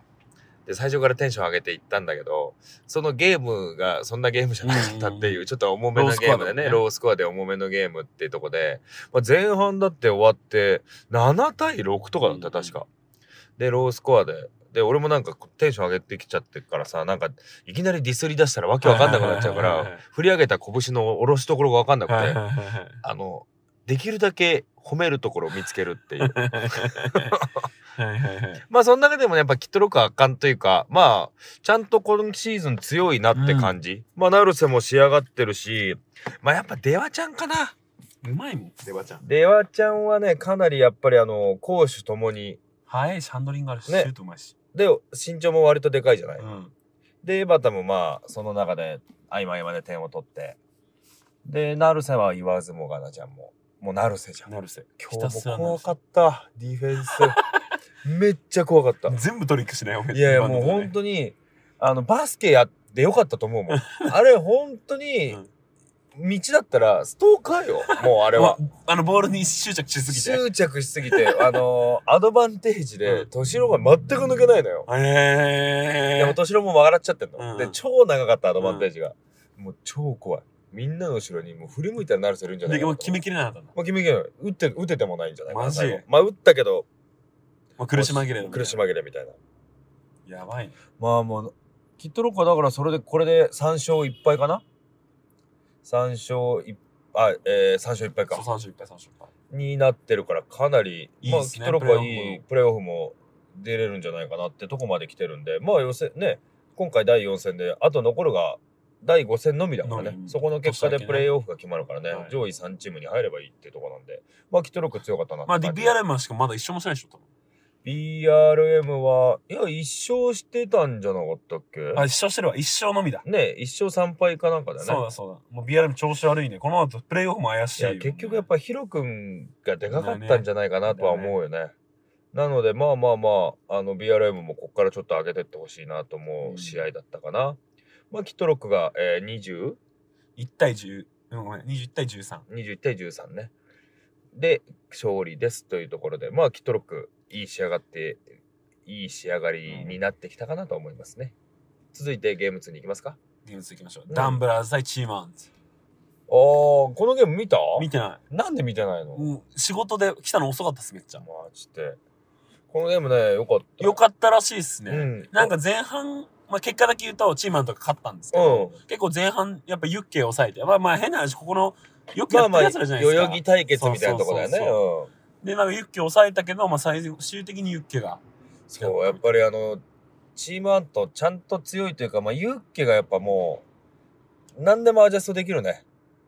Speaker 3: で、最初からテンション上げていったんだけど、そのゲームがそんなゲームじゃなかったって
Speaker 2: うん
Speaker 3: いう、ちょっと重めのゲームでね、
Speaker 2: ロ
Speaker 3: ロースコアで重めのゲームっていうとこで、まあ、前半だって終わって、7対6とかだったよ、確か。で、ロースコアで。で、俺もなんかテンション上げてきちゃってっからさ、なんかいきなりディスり出したらわけわかんなくなっちゃうか
Speaker 2: はいはいはいはい
Speaker 3: ら、振り上げた拳の下ろしどころがわかんなく
Speaker 2: はい
Speaker 3: て
Speaker 2: は、いはいはい。
Speaker 3: あの、できるだけ褒めるところを見つけるっていう。
Speaker 2: はいはいはい。
Speaker 3: まあ、その中でもねやっぱキットロックは圧巻というか、まあ、ちゃんとこのシーズン強いなって感じ。まあ、ナルセも仕上がってるし、まあ、やっぱデワちゃんかな。
Speaker 2: うまいもん、デバちゃん。
Speaker 3: デワちゃんはね、かなりやっぱりあの、攻守ともに、
Speaker 2: 早いしハンドリングあるし、
Speaker 3: ね
Speaker 2: シュートうまいし。
Speaker 3: で身長も割とでかいじゃない、
Speaker 2: うん。
Speaker 3: でエバタもまあその中で合間合間で点を取ってで成瀬は言わずもがなちゃんももう成瀬じゃん
Speaker 2: なるせ。ひ
Speaker 3: 今
Speaker 2: た
Speaker 3: 日
Speaker 2: すら
Speaker 3: も
Speaker 2: なる
Speaker 3: 怖
Speaker 2: せ
Speaker 3: かったディフ ェンスめっちゃ怖かった
Speaker 2: 全部トリックしないおめ
Speaker 3: いやいやもう本当にあのバスケやってよかったと思うもんあれ本当に
Speaker 2: うん
Speaker 3: 道だったらストーカーよもうあ れは
Speaker 2: あのボールに執着しすぎて。
Speaker 3: 執着しすぎてあのアドバンテージで敏郎が全く抜けないのよ
Speaker 2: え
Speaker 3: でも敏郎も笑っちゃってんの、
Speaker 2: うん
Speaker 3: で超長かったアドバンテージが、もう超怖いみんなの後ろにもう振り向いたらなるせるんじゃない
Speaker 2: で
Speaker 3: か
Speaker 2: も
Speaker 3: な
Speaker 2: う
Speaker 3: と
Speaker 2: 決めきれなかったんだ。
Speaker 3: もう決めきれない打って打ててもないんじゃないかな
Speaker 2: マジ
Speaker 3: 最後まあ打ったけど
Speaker 2: まあ、苦し紛れだね
Speaker 3: 苦し紛れみたいな
Speaker 2: やばいね。
Speaker 3: まあまあキットロックはだからそれでこれで3勝1敗かな3勝1あえー、3勝1敗
Speaker 2: そう
Speaker 3: か
Speaker 2: 三勝いっぱい、三勝いっぱい。
Speaker 3: になってるからかなり
Speaker 2: いい
Speaker 3: ま
Speaker 2: で
Speaker 3: あ、
Speaker 2: す
Speaker 3: キッ
Speaker 2: ね
Speaker 3: トロックは
Speaker 2: プレーオフも
Speaker 3: いいプレーオフも出れるんじゃないかなってとこまで来てるんでまあ予選ね今回第4戦であと残るが第5戦のみだからね
Speaker 2: のみ
Speaker 3: そこの結果で
Speaker 2: 年明けね
Speaker 3: プレーオフが決まるからね、
Speaker 2: はい
Speaker 3: 上位3チームに入ればいいってとこなんでまあキットロック強かったなって
Speaker 2: まあ、
Speaker 3: 感じ
Speaker 2: DBRM しかまだ一勝もしてないでしょ、多分。
Speaker 3: BRM はいや一勝してたんじゃなかったっけ
Speaker 2: あ、一勝してるわ。一勝のみだ。
Speaker 3: ね一勝3敗かなんかだよね
Speaker 2: そうだ、そうだ。もう BRM 調子悪いね。この後プレイオフも怪し
Speaker 3: い
Speaker 2: いよ
Speaker 3: や
Speaker 2: ね。
Speaker 3: 結局やっぱヒロ君がでかかったんじゃないかなとは思うよね。なのでまあまあまああの BRM もここからちょっと上げてってほしいなと思う試合だったかな。まあキットロックが、えー、20?
Speaker 2: 1対10、うん、ごめん、21対13。
Speaker 3: 21対13ね。で勝利ですというところでまあキットロックいい仕上がっていい仕上がりになってきたかなと思いますね。続いてゲーム2に行きますか。
Speaker 2: ゲーム続きましょう。
Speaker 3: うん
Speaker 2: ダンブラーズ対チーマンズ。
Speaker 3: ああこのゲーム見た
Speaker 2: 見てな
Speaker 3: なんで見てない
Speaker 2: い。
Speaker 3: の、
Speaker 2: もう仕事で来たの遅かったっす、めっちゃ。
Speaker 3: マジで。このゲームねよかった。
Speaker 2: よかったらしいっすね。
Speaker 3: うん
Speaker 2: なんか前半、まあ、結果だけ言うと、チーマンとか勝ったんですけ
Speaker 3: う
Speaker 2: ど、
Speaker 3: ん。
Speaker 2: 結構前半、やっぱユッケを抑えて、まあまあ変な話、ここの、よく
Speaker 3: ま
Speaker 2: や
Speaker 3: あ
Speaker 2: って
Speaker 3: ま
Speaker 2: る
Speaker 3: あ、代
Speaker 2: やつらじゃないですか。
Speaker 3: 々木対決みたいなとこだよね。
Speaker 2: そううそうそうんで、なんかユッケを抑えたけど、まあ最終的にユッケが。
Speaker 3: そう、やっぱりあの、チームアントちゃんと強いというか、まあ、ユッケがやっぱもう、何でもアジャストできるね。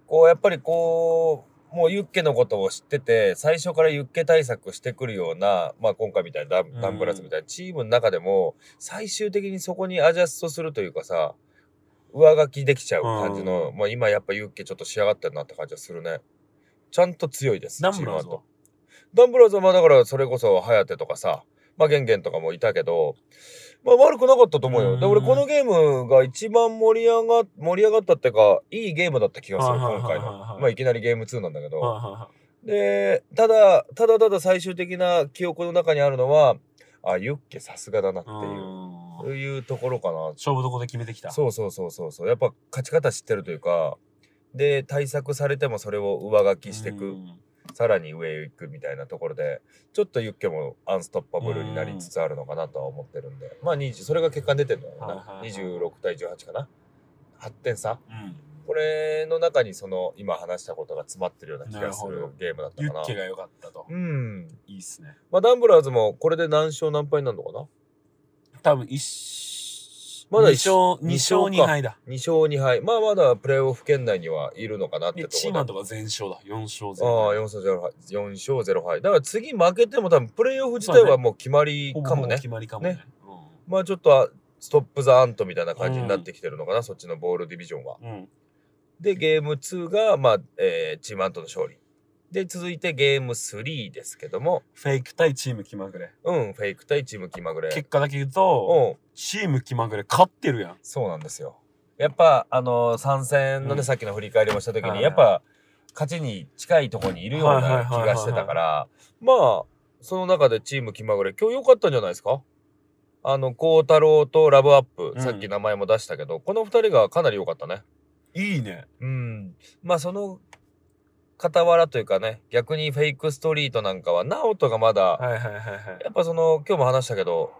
Speaker 3: こう、やっぱりこう、もうユッケのことを知ってて、最初からユッケ対策してくるような、まあ今回みたいなダ
Speaker 2: うん
Speaker 3: ンダンブラスみたいなチームの中でも、最終的にそこにアジャストするというかさ、上書きできちゃう感じの、まあ今やっぱユッケちょっと仕上がってるなって感じはするね。ちゃんと強いです。
Speaker 2: ダンブラーズ
Speaker 3: チームアント
Speaker 2: は。
Speaker 3: ダンブラーズはまあだからそれこそ颯とかさ、まあゲンゲンとかもいたけど、まあ悪くなかったと思う
Speaker 2: う
Speaker 3: よ。
Speaker 2: ん
Speaker 3: で、俺このゲームが一番盛り上が、盛り上がったっていうか、いいゲームだった気がする、
Speaker 2: はいはいは
Speaker 3: 今
Speaker 2: いはい
Speaker 3: 回の。まあいきなりゲーム2なんだけ
Speaker 2: はい
Speaker 3: ど。
Speaker 2: はいはい
Speaker 3: で、ただ、ただただ最終的な記憶の中にあるのは、あ、ユッケさすがだなっていう、
Speaker 2: うん
Speaker 3: そういうところかな。
Speaker 2: 勝負どこで決めてきた。
Speaker 3: そうそうそうそうそう。やっぱ勝ち方知ってるというか、で、対策されてもそれを上書きしていく。
Speaker 2: うん
Speaker 3: さらに上へ行くみたいなところでちょっとユッケもアンストッパブルになりつつあるのかなとは思ってるんでまあ20それが結果に出てるんだよな、
Speaker 2: はいはいはい
Speaker 3: 26対18かな8点差
Speaker 2: うん
Speaker 3: これの中にその今話したことが詰まってるような気がす
Speaker 2: なるほ
Speaker 3: る
Speaker 2: ど
Speaker 3: ゲームだった
Speaker 2: ユ
Speaker 3: かな
Speaker 2: ッケが良かったと。
Speaker 3: うん
Speaker 2: いいっすね。
Speaker 3: まあダンブラーズもこれで何勝何敗になるのかな
Speaker 2: 多分一
Speaker 3: まだ一
Speaker 2: 勝、二
Speaker 3: 二
Speaker 2: 勝
Speaker 3: 勝
Speaker 2: 二
Speaker 3: か
Speaker 2: 敗だ。
Speaker 3: 2勝2敗まあまだプレーオフ圏内にはいるのかなって
Speaker 2: で、
Speaker 3: と
Speaker 2: チー
Speaker 3: こ
Speaker 2: マ
Speaker 3: ろ
Speaker 2: ン
Speaker 3: で
Speaker 2: とか全勝だ。四勝全
Speaker 3: ああ
Speaker 2: 敗。
Speaker 3: 4勝0敗4勝0敗だから次負けても多分プレーオフ自体はもう決まり
Speaker 2: ほぼ
Speaker 3: かもね
Speaker 2: 決まりかもね
Speaker 3: ね。まあちょっとあストップ・ザ・アントみたいな感じになってきてるのかな、そっちのボールディビジョンは。
Speaker 2: うんうん。
Speaker 3: で、ゲーム2が、まあ、えーチームアントの勝利。で、続いてゲーム3ですけども、
Speaker 2: フェイク対チーム気まぐれ。
Speaker 3: うん、フェイク対チーム気まぐれ。
Speaker 2: 結果だけ言うと、
Speaker 3: うん、
Speaker 2: チーム気まぐれ勝ってるやん。
Speaker 3: そうなんですよ。やっぱ、あのー、参戦のね、
Speaker 2: うん
Speaker 3: さっきの振り返りもした時
Speaker 2: はい
Speaker 3: に、やっぱ、勝ちに近いとこにいるよう
Speaker 2: はいはい
Speaker 3: な気
Speaker 2: はいはいはい
Speaker 3: がしてたから、まあ、その中でチーム気まぐれ、今日良かったんじゃないですかあの、孝太郎とラブアップ、
Speaker 2: うん
Speaker 3: さっき名前も出したけど、この二人がかなり良かったね。
Speaker 2: いいね。
Speaker 3: うん、まあその傍らというかね逆にフェイクストリートなんかは直人がまだ、
Speaker 2: はいはいはいはい。
Speaker 3: やっぱその今日も話したけど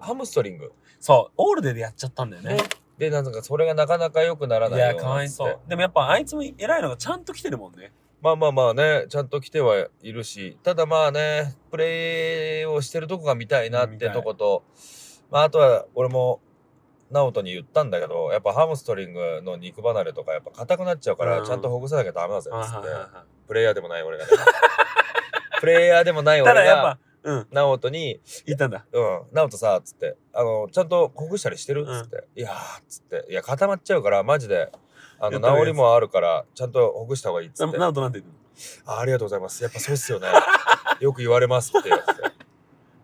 Speaker 3: ハムストリング、
Speaker 2: そう、オールデーでやっちゃったんだよね
Speaker 3: ね。でなんかそれがなかなか良くなら
Speaker 2: い
Speaker 3: ないよ
Speaker 2: や、
Speaker 3: うな
Speaker 2: かわいそう。でもやっぱあいつも偉いのがちゃんと来てるもんね。
Speaker 3: まあまあまあねちゃんと来てはいるしただまあねプレーをしてるとこが見たいなっ
Speaker 2: 見た
Speaker 3: て
Speaker 2: い
Speaker 3: とこと、まあ、あとは俺も直人に言ったんだけどやっぱハムストリングの肉離れとかやっぱ硬くなっちゃうから、
Speaker 2: うん
Speaker 3: ちゃんとほぐさなきゃダメだぜっつって。
Speaker 2: はいはいはいはい
Speaker 3: プレイヤーでもない俺がね。プレイヤーでもな
Speaker 2: た
Speaker 3: い俺
Speaker 2: だやっ
Speaker 3: が
Speaker 2: ぱ、うん。
Speaker 3: 直人に、
Speaker 2: 言ったんだ。
Speaker 3: うん、直人さ、つって、あの、ちゃんとほぐしたりしてる
Speaker 2: うん
Speaker 3: つって、いやー、つって、いや、固まっちゃうから、マジで、あ
Speaker 2: や
Speaker 3: の、
Speaker 2: った方がいい
Speaker 3: 治りもあるから、ちゃんとほぐした方がいいっつ
Speaker 2: な
Speaker 3: って、
Speaker 2: なおとなんて言うの
Speaker 3: あありがとうございます。やっぱそうっすよね。よく言われますって言われて。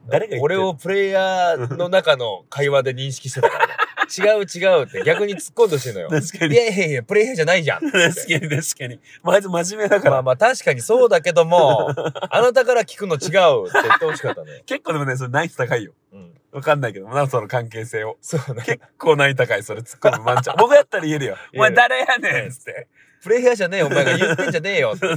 Speaker 2: 誰が言って
Speaker 3: 俺
Speaker 2: る
Speaker 3: をプレイヤーの中の会話で認識して たからね。違う違うって逆に突っ込んでほしいのよ。
Speaker 2: 確か
Speaker 3: い
Speaker 2: に。
Speaker 3: やいやいや、プレイヤーじゃないじゃんって言っ
Speaker 2: 確
Speaker 3: て。
Speaker 2: かに確かに。まあ、あいつ真面目だか
Speaker 3: まあ
Speaker 2: ら。
Speaker 3: まあ確かにそうだけ ども、あなたから聞くの違うって言ってほしかったね。
Speaker 2: 結構でもね、それ難易度高いよ。
Speaker 3: うん。
Speaker 2: わかんないけど、なおとの関係性を。
Speaker 3: そうね。
Speaker 2: 結構難易度高い、それ突っ込むまん ちゃん。僕やったら言えるよ。お
Speaker 3: 言え
Speaker 2: 前
Speaker 3: る
Speaker 2: 誰やねんっつって。
Speaker 3: プレイヤーじゃねえよお前が言ってんじゃねえよって、 ね。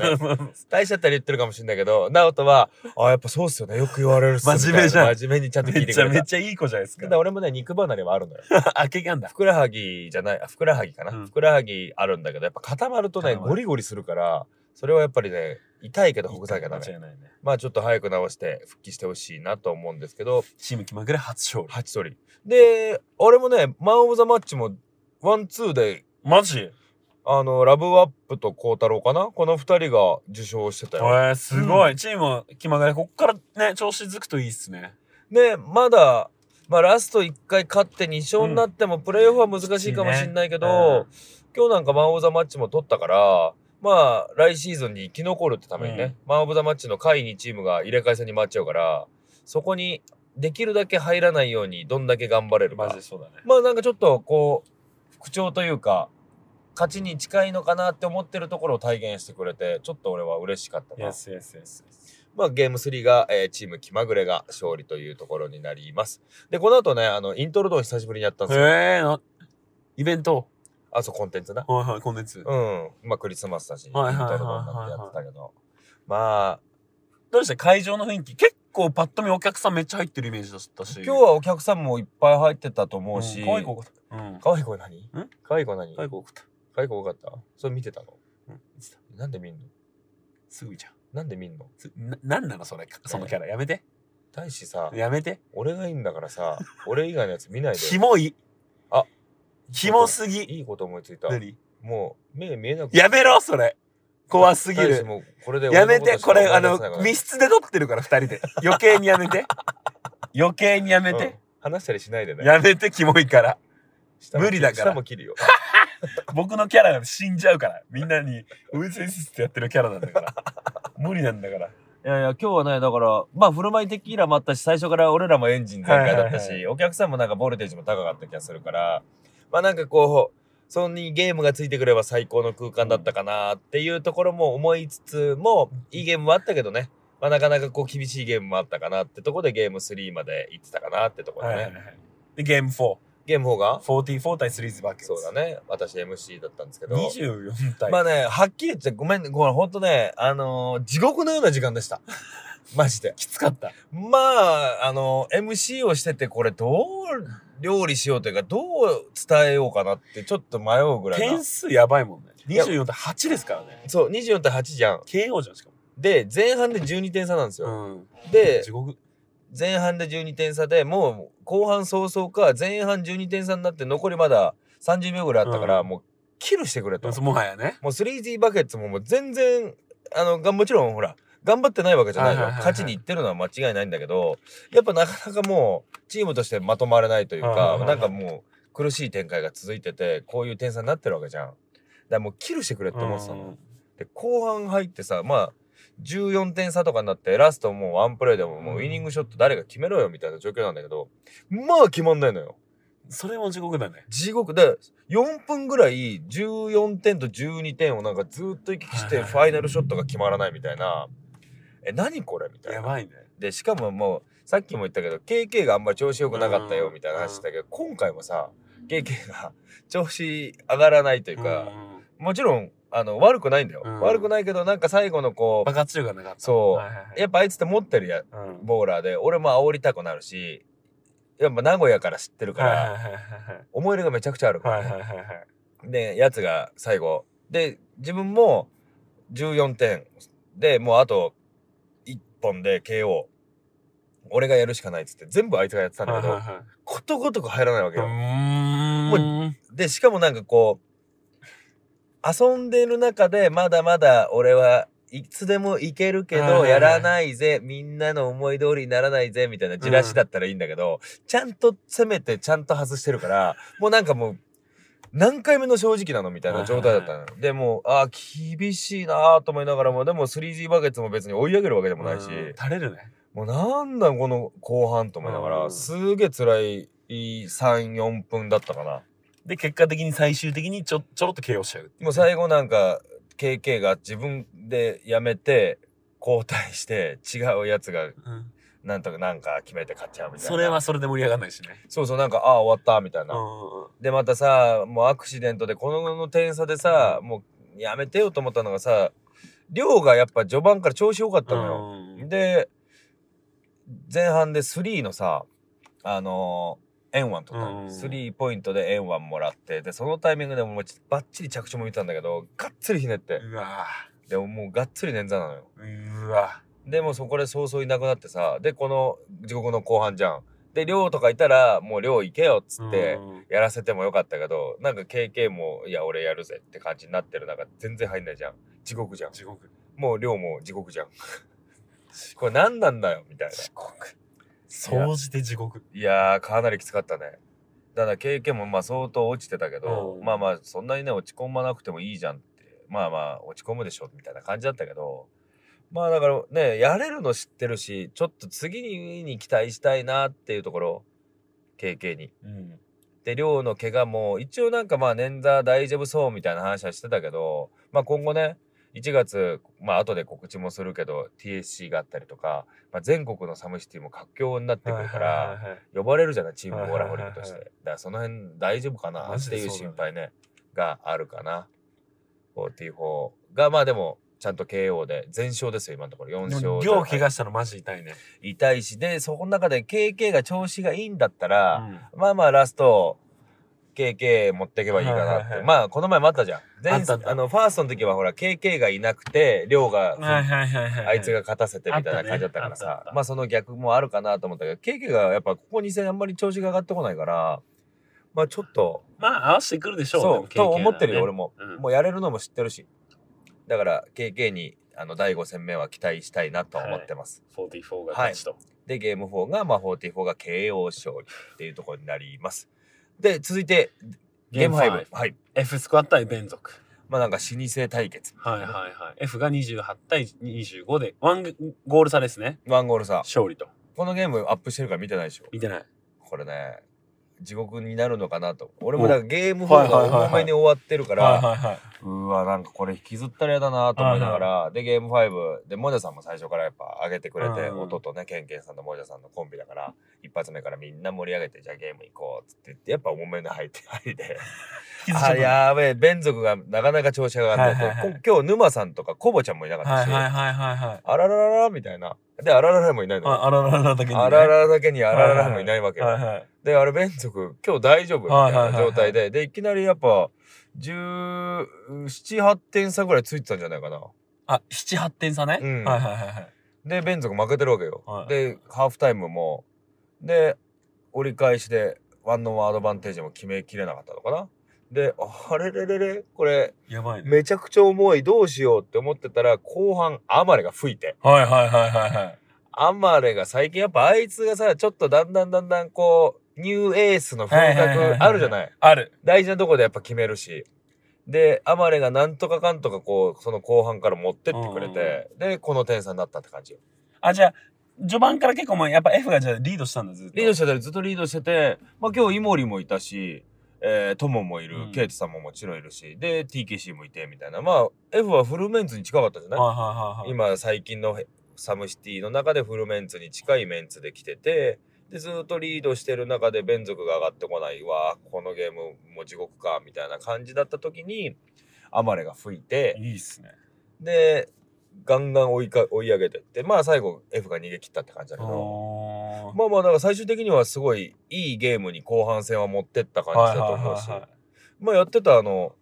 Speaker 3: 大したったら言ってるかもしれないけど、ナオトは、あやっぱそうっすよね。よく言われるっすみたいな
Speaker 2: 真面目じゃん
Speaker 3: 真面目にちゃんと聞
Speaker 2: め
Speaker 3: い
Speaker 2: ってち
Speaker 3: く
Speaker 2: ゃ
Speaker 3: れ。
Speaker 2: めったちゃいい子じゃないです
Speaker 3: た
Speaker 2: か。
Speaker 3: だ俺もね、肉離れはあるのよ。
Speaker 2: あ、経験あんだ
Speaker 3: ふ。くらはぎじゃない、あふくらはぎかな。
Speaker 2: うん
Speaker 3: ふくらはぎあるんだけど、やっぱ固まるとね、
Speaker 2: 固まる
Speaker 3: ゴリゴリするから、それはやっぱりね、痛いけどほぐさなきゃダメ。
Speaker 2: 間違いないね。
Speaker 3: まあちょっと早く治して復帰してほしいなと思うんですけど、
Speaker 2: チーム気まぐれ初勝利。
Speaker 3: ハチトリ。で、俺もね、マン・オブ・ザ・マッチも、ワン・ツーで、
Speaker 2: マジへ
Speaker 3: あの、ラブ・アップと孝太郎かなこの二人が受賞してたよ。
Speaker 2: え、すごい。チーム気まぐれ、こっからね、調子づくといいっすね。
Speaker 3: で、まだ、まあ、ラスト1回勝って2勝になっても、プレーオフは難しいかもしれないけど、今日なんかマン・オブ・ザ・マッチも取ったから、まあ、来シーズンに生き残るってためにね、マン・オブ・ザ・マッチの下位にチームが入れ替え戦に回っちゃうから、そこにできるだけ入らないように、どんだけ頑張れる
Speaker 2: マ
Speaker 3: か
Speaker 2: ジ。そうだね。
Speaker 3: まあ、なんかちょっと、こう、復調というか、勝ちに近いのかなって思ってるところを体現してくれて、ちょっと俺は嬉しかったな。
Speaker 2: Yes, yes, yes, yes.
Speaker 3: まあ、ゲーム3が、えーチーム気まぐれが勝利というところになります。で、この後ね、あの、イントロドン久しぶりにやったんですよ。
Speaker 2: へえ、な、イベント。
Speaker 3: あ、そう、コンテンツな。
Speaker 2: はいはい、今月。
Speaker 3: うん。まあ、クリスマスだし、イント
Speaker 2: はいはい
Speaker 3: ロ
Speaker 2: はいはい
Speaker 3: ドンなんてやってたけど。まあ、
Speaker 2: どうでした会場の雰囲気。結構パッと見お客さんめっちゃ入ってるイメージだったし。
Speaker 3: 今日はお客さんもいっぱい入ってたと思うし。
Speaker 2: うん可愛い子多かった。うん。
Speaker 3: 可愛い子何可愛い子何
Speaker 2: 可愛い子多かった。
Speaker 3: 可愛い子多かったそれ見てたの
Speaker 2: うん。いつだ
Speaker 3: なんで見んの
Speaker 2: すぐじゃん。
Speaker 3: なんで見んの
Speaker 2: すな、なんなのそれ、そのキャラ。やめて。
Speaker 3: 大志さ、
Speaker 2: やめて。
Speaker 3: 俺がいいんだからさ、俺以外のやつ 見ないで。
Speaker 2: キモい。
Speaker 3: あ、
Speaker 2: キモすぎ。
Speaker 3: いいこと思いついた。
Speaker 2: 何
Speaker 3: もう、目見えなく
Speaker 2: やめろ、それ。怖すぎ
Speaker 3: 大志
Speaker 2: る。
Speaker 3: もこれで
Speaker 2: やめ
Speaker 3: 俺のと
Speaker 2: て、
Speaker 3: し
Speaker 2: こ
Speaker 3: か
Speaker 2: れ、あ
Speaker 3: 思い出せない
Speaker 2: の、
Speaker 3: から
Speaker 2: 密室で撮ってるから、二人で。余計にやめて。余計にやめ
Speaker 3: うん
Speaker 2: て。
Speaker 3: 話したりしないでね
Speaker 2: やめて、キモいから。
Speaker 3: 下も
Speaker 2: 無理だから
Speaker 3: 下も切るよ
Speaker 2: 僕のキャラが死んじゃうから。みんなに、ウイズエスってやってるキャラなんだから。無理なんだから。
Speaker 3: いやいや今日はねだからまあ振る舞いテキーラもあったし最初から俺らもエンジン全開だった
Speaker 2: はい
Speaker 3: し、
Speaker 2: はいはい
Speaker 3: お客さんもなんかボルテージも高かった気がするからまあなんかこうそんにゲームがついてくれば最高の空間だったかなっていうところも思いつつもいいゲームもあったけどねまあなかなかこう厳しいゲームもあったかなってとこでゲーム3まで行ってたかなってところ
Speaker 2: は
Speaker 3: で
Speaker 2: い
Speaker 3: ね、
Speaker 2: はいはい。で、ゲーム4。
Speaker 3: ゲーム4が
Speaker 2: 44対3ズバック。
Speaker 3: そうだね私 MC だったんですけど
Speaker 2: 24対。
Speaker 3: まあね、はっきり言って、ごめんね、ごめん、ほんとね、あのー地獄のような時間でした。 マジで。
Speaker 2: きつかった。
Speaker 3: まあ、あのー MC をしてて、これどう料理しようというか、どう伝えようかなって、ちょっと迷うぐらいな
Speaker 2: 点。数やばいもんね。
Speaker 3: や
Speaker 2: 24対8ですからね。
Speaker 3: そう、24対8じゃん。
Speaker 2: KO じゃん、しか
Speaker 3: で、前半で12点差なんですよ。
Speaker 2: も。うん。
Speaker 3: で
Speaker 2: 地、獄。
Speaker 3: 前半で12点差でもう後半早々か、前半12点差になって残りまだ30秒ぐらいあったから、
Speaker 2: うん
Speaker 3: もうキルしてくれと。
Speaker 2: もはやね。
Speaker 3: もう 3D バケツももう全然あのがもちろんほら頑張ってないわけじゃない
Speaker 2: は
Speaker 3: よ、
Speaker 2: いはいはいはい
Speaker 3: 勝ちにいってるのは間違いないんだけどやっぱなかなかもうチームとしてまとまれないというか、
Speaker 2: はいはいはい
Speaker 3: なんかもう苦しい展開が続いててこういう点差になってるわけじゃんだからもうキルしてくれって思ってたの、
Speaker 2: うん
Speaker 3: で後半入ってさまあ14点差とかになってラストもうワンプレーでももうウイニングショット誰が決めろよみたいな状況なんだけどまあ決まんないのよ
Speaker 2: それも地獄だね。
Speaker 3: 地獄で4分ぐらい14点と12点をなんかずっと行き来して
Speaker 2: はいはい
Speaker 3: ファイナルショットが決まらないみたいな「え何これ?」みたい
Speaker 2: や
Speaker 3: な。
Speaker 2: ばいね。
Speaker 3: でしかももうさっきも言ったけど KK があんまり調子良くなかったよみたいな話したけど今回もさ KK が調子上がらないというか
Speaker 2: うん
Speaker 3: もちろんあの悪くないんだよ
Speaker 2: うん
Speaker 3: 悪くないけどなんか最後のこう
Speaker 2: 爆発力がなかった。
Speaker 3: そう
Speaker 2: はいはいはい
Speaker 3: やっぱあいつって持ってるや
Speaker 2: うん
Speaker 3: ボーラーで俺も煽りたくなるしやっぱ名古屋から知ってるか
Speaker 2: はいはいは
Speaker 3: ら思い入れがめちゃくちゃあるから
Speaker 2: いはいはいはい
Speaker 3: ね
Speaker 2: はいはいはい。
Speaker 3: でやつが最後で自分も14点でもうあと1本で KO 俺がやるしかないっつって全部あいつがやってたんだけど、
Speaker 2: はいはいはい
Speaker 3: ことごとく入らないわけ
Speaker 2: う
Speaker 3: よ、
Speaker 2: ーん。
Speaker 3: でしかもなんかこう遊んでる中でまだまだ俺はいつでも行けるけ
Speaker 2: はいはい
Speaker 3: ど、
Speaker 2: はい
Speaker 3: やらないぜ、みんなの思い通りにならないぜ、みたいなじらしだったらいいんだけど、ちゃんと攻めて、ちゃんと外してるから、もうなんかもう、何回目の正直なのみたいな状態だったの。で、もう、ああ、厳しいなぁと思いながらも、でも 3G バケツも別に追い上げるわけでもないし、
Speaker 2: うん垂れるね。
Speaker 3: もうなんなんこの後半と思いなが
Speaker 2: うん
Speaker 3: ら、すげえ辛い3、4分だったかな。
Speaker 2: で、結果的に最終的にちょ、ちょろっと KO しちゃう。
Speaker 3: もう最後なんか、KK が自分で辞めて、交代して、違うやつが、
Speaker 2: うん
Speaker 3: なんとかなんか決めて勝っちゃうみたいな。
Speaker 2: それは。それで盛り上がらないしね。
Speaker 3: そうそう、なんか、ああ、終わった、みたいな。
Speaker 2: う
Speaker 3: で、またさ、もうアクシデントで、この点差でさ、もうやめてよと思ったのがさ、りょうがやっぱ序盤から調子良かったのよ。
Speaker 2: んうん。
Speaker 3: で、前半で3のさ、あのー、円ワン取った
Speaker 2: うん
Speaker 3: の。スリーポイントで円ワンもらって、で、そのタイミングでもうバッチリ着地も見てたんだけど、がっつりひねって。
Speaker 2: うわ
Speaker 3: でももうがっつり捻挫なのよ。
Speaker 2: ぁ。うわ
Speaker 3: で、もうそこで早々いなくなってさ、で、この地獄の後半じゃん。で、寮とかいたら、もう寮行けよっつ
Speaker 2: ぁ。
Speaker 3: って
Speaker 2: う、ん
Speaker 3: やらせてもよかったけど、なんか KK も、いや、俺やるぜって感じになってる中、全然入んないじゃん。地獄じゃん。
Speaker 2: 地獄。
Speaker 3: もう寮も地獄じゃん。 これ何なんだよ、みたいな。
Speaker 2: 地獄。総じて地獄。
Speaker 3: いやー、かなりきつかったね。ただ経験もまあ相当落ちてたけど、
Speaker 2: うん
Speaker 3: まあまあそんなにね落ち込まなくてもいいじゃんって、まあまあ落ち込むでしょみたいな感じだったけど、まあだからね、やれるの知ってるし、ちょっと次に期待したいなっていうところ、経験に。
Speaker 2: うん。
Speaker 3: で、寮の怪我も一応なんかまあ捻挫大丈夫そうみたいな話はしてたけど、まあ今後ね、1月、まあ後で告知もするけど、TSC があったりとか、まあ、全国のサムシティも活況になってくるから、
Speaker 2: はいはいはいはい
Speaker 3: 呼ばれるじゃないチームオーラホリックとして、
Speaker 2: はいはいはいはい
Speaker 3: だからその辺大丈夫かな
Speaker 2: マジ
Speaker 3: って
Speaker 2: で
Speaker 3: いう
Speaker 2: そうだね
Speaker 3: 心配ねがあるかな44がまあでもちゃんと KO で全勝ですよ今のところ4
Speaker 2: で
Speaker 3: 勝
Speaker 2: も量怪我したのマジ痛いね。
Speaker 3: 痛いしでそこの中で KK が調子がいいんだったら、
Speaker 2: うん
Speaker 3: まあまあラスト KK 持っていけばいいかなって、
Speaker 2: はいはいはい
Speaker 3: まあこの前もあったじゃん前
Speaker 2: あったあった
Speaker 3: あのファーストの時はほら KK がいなくて亮が
Speaker 2: はいはいはいはい。
Speaker 3: あいつが勝たせてみたいな感じだったから
Speaker 2: あった
Speaker 3: さ
Speaker 2: ね、あった
Speaker 3: まあその逆もあるかなと思ったけど、ケーキがやっぱここ2戦あんまり調子が上がってこないから、まあちょっと、
Speaker 2: まあ合わせてくるでしょう。
Speaker 3: そう、と思ってるよ、俺
Speaker 2: も
Speaker 3: も。
Speaker 2: 経験はね。うん
Speaker 3: もうやれるのも知ってるし。だから、KK に、あの、第5戦目は期待したいなと思ってます。
Speaker 2: 44が勝ちと。
Speaker 3: で、ゲーム4が、まあ44が KO 勝利っていうところになります。で、続いて、ゲーム
Speaker 2: ゲーム
Speaker 3: 5。
Speaker 2: フ
Speaker 3: はい。
Speaker 2: F スクワット対連続。
Speaker 3: まあなんか老舗対決。
Speaker 2: はいはいはい。F が28対25で、ワンゴール差ですね。
Speaker 3: ワンゴールさ。
Speaker 2: 勝利と。
Speaker 3: このゲームアップしてるから見てないでしょ。
Speaker 2: 見てない。
Speaker 3: これね地獄になるのかなと俺もだからゲーム
Speaker 2: はい
Speaker 3: 4
Speaker 2: はいはいはい
Speaker 3: が多めに終わってるから
Speaker 2: いは
Speaker 3: うわなんかこれ引きずったら嫌だなと思いながらでゲーム5でモジャさんも最初からやっぱ上げてくれ
Speaker 2: うん
Speaker 3: て
Speaker 2: うん
Speaker 3: 音とねケンケンさんとモジャさんのコンビだから一発目からみんな盛り上げてじゃあゲーム行こうっつって言ってやっぱ重めの入って入りで
Speaker 2: い
Speaker 3: あ
Speaker 2: はい。
Speaker 3: やーべえベン族がなかなか調子が上がってて、
Speaker 2: はいはいはい
Speaker 3: こ今日沼さんとかコボちゃんもいなかっ
Speaker 2: は
Speaker 3: た
Speaker 2: い
Speaker 3: し、
Speaker 2: はいはいはいはい。
Speaker 3: あららららみたいなであらららもいないのよ
Speaker 2: ああららららだけに、ね。
Speaker 3: あらららだけにあらららもいないわけよ、
Speaker 2: はいはい。
Speaker 3: で、アルベン族、今日大丈夫みたいな状態で、で、いきなりやっぱ、17、8点差ぐらいついてたんじゃないかな。
Speaker 2: あ、7、8点差ね。
Speaker 3: うん
Speaker 2: はいはいはいはい。
Speaker 3: で、ベン族負けてるわけよ。
Speaker 2: はい
Speaker 3: で、ハーフタイムも、で、折り返しで、ワンノンアドバンテージも決めきれなかったのかな。で、あれれれれ、これ、
Speaker 2: やばいね。
Speaker 3: めちゃくちゃ重い、どうしようって思ってたら、後半、アマレが吹いて。
Speaker 2: はいはいはいはいはい。
Speaker 3: アマレが最近やっぱあいつがさ、ちょっとだんだんだんだんこう、ニューエースの風
Speaker 2: はいはいはいはい
Speaker 3: 格あるじゃない。
Speaker 2: ある。
Speaker 3: 大事なとこでやっぱ決めるし。で、アマレがなんとかかんとかこう、その後半から持ってってくれて、で、この点差になったって感じよ。
Speaker 2: あ、じゃあ、序盤から結構もうやっぱ F がじゃあリードしたんだ、ずっと。
Speaker 3: リードしてたり、ずっとリードしてて、まあ今日イモリもいたし、えー、トモもいる、
Speaker 2: うん
Speaker 3: ケイトさんももちろんいるし、で、TKC もいて、みたいな。まあ、F はフルメンツに近かったじゃない、
Speaker 2: はいはいはいはい。
Speaker 3: 今、最近のサムシティの中でフルメンツに近いメンツで来てて、で、ずっとリードしてる中で、ベン族が上がってこない、わーこのゲームもう地獄か、みたいな感じだった時に、アマレが吹いて、
Speaker 2: いいっすね。
Speaker 3: で、ガンガン追いか追い上げてって、まあ最後 F が逃げ切ったって感じだけど、
Speaker 2: おー
Speaker 3: まあまあだから最終的にはすごいいいゲームに後半戦は持ってった感じだと思う
Speaker 2: はいはい
Speaker 3: し、
Speaker 2: はいはい
Speaker 3: まあやってたあの、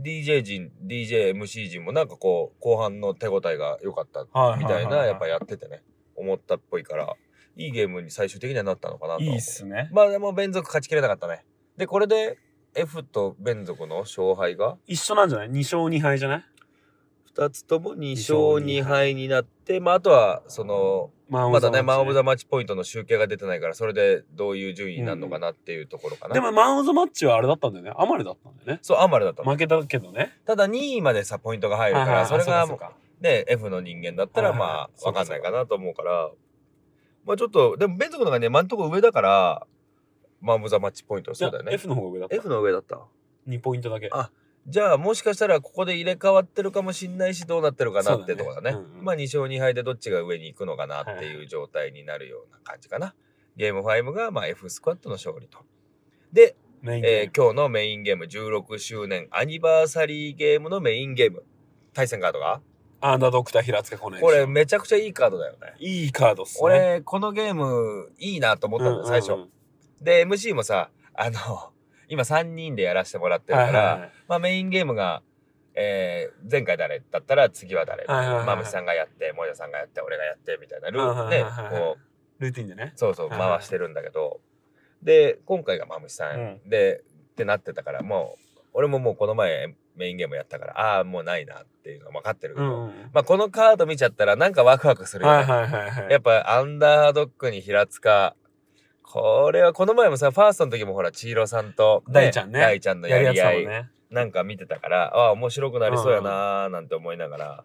Speaker 3: DJ 陣、DJMC 陣もなんかこう、後半の手応えが良かった
Speaker 2: はい
Speaker 3: みたい
Speaker 2: はは
Speaker 3: な、
Speaker 2: は
Speaker 3: やっぱやっててね、思ったっぽいから、いいゲームに最終的にはなったのかなとは思う。
Speaker 2: いいっすね。
Speaker 3: まあでも、連続勝ちきれなかったね。で、これで F と連続の勝敗が
Speaker 2: 一緒なんじゃない ?2 勝2敗じゃない
Speaker 3: 2つとも2勝2敗になって、まあ、あとはその
Speaker 2: マン
Speaker 3: まだね
Speaker 2: マ
Speaker 3: マン・オブ・
Speaker 2: ッ
Speaker 3: ザ・マッチポイントの集計が出てないからそれでどういう順位になるのかなっていうところか
Speaker 2: チ
Speaker 3: な、
Speaker 2: でもマン・オブ・ザ・マッチはあれだったんだよねアマレだったんだよね
Speaker 3: そうアマルだったの
Speaker 2: 負けたけどね
Speaker 3: ただ2位までさポイントが入るか
Speaker 2: はいはいは
Speaker 3: ら
Speaker 2: い
Speaker 3: それ
Speaker 2: あ
Speaker 3: が
Speaker 2: うか
Speaker 3: ね F の人間だったら
Speaker 2: はいはい
Speaker 3: まあ
Speaker 2: そう
Speaker 3: 分
Speaker 2: か
Speaker 3: かんないかなと思うからまあちょっとでもベンゾクの方がね今んとこ上だからマン・オブ・ザ・マッチポイントはそうだよ
Speaker 2: いや
Speaker 3: ね
Speaker 2: F の方が上だった
Speaker 3: F の上だった
Speaker 2: 2ポイントだけ
Speaker 3: あじゃあもしかしたらここで入れ替わってるかもしんないしどうなってるかなってとこだね
Speaker 2: そうだねうんうん
Speaker 3: まあ2勝2敗でどっちが上に行くのかなっていう状態になるような感じかな、ゲーム5がまあ F スクワットの勝利とで、
Speaker 2: メインゲーム
Speaker 3: えー今日のメインゲーム16周年アニバーサリーゲームのメインゲーム対戦カードが
Speaker 2: アンダードクター平塚コネ
Speaker 3: これめちゃくちゃいいカードだよね
Speaker 2: いいカードっすね
Speaker 3: 俺このゲームいいなと思ったんだよ最
Speaker 2: う
Speaker 3: 初、
Speaker 2: んうんうん
Speaker 3: で MC もさあの 今3人でやらせてもらってるから、
Speaker 2: はいはいはい
Speaker 3: まあ、メインゲームが、えー前回誰だったら次は誰
Speaker 2: はいはいはい
Speaker 3: まむしさんがやって森田さんがやって俺がやってみたいなルール
Speaker 2: はい
Speaker 3: で
Speaker 2: はいはいはい
Speaker 3: こう
Speaker 2: ルーティンでね
Speaker 3: そうそう
Speaker 2: はいはい
Speaker 3: 回してるんだけどで今回がまむしさん
Speaker 2: う
Speaker 3: でってなってたからもう俺ももうこの前メインゲームやったからああーもうないなっていうのは分かってるけ
Speaker 2: う
Speaker 3: ど、
Speaker 2: んうん
Speaker 3: まあ、このカード見ちゃったらなんかワクワクするよね。
Speaker 2: はいはいはいはい
Speaker 3: やっぱアンダードックに平塚これはこの前もさファーストの時もほら千尋さんと、
Speaker 2: 大ちゃんね
Speaker 3: 大ちゃんのやり合い
Speaker 2: やるやつだもんね
Speaker 3: なんか見てたからああ面白くなりそうやなーなんて思いながら、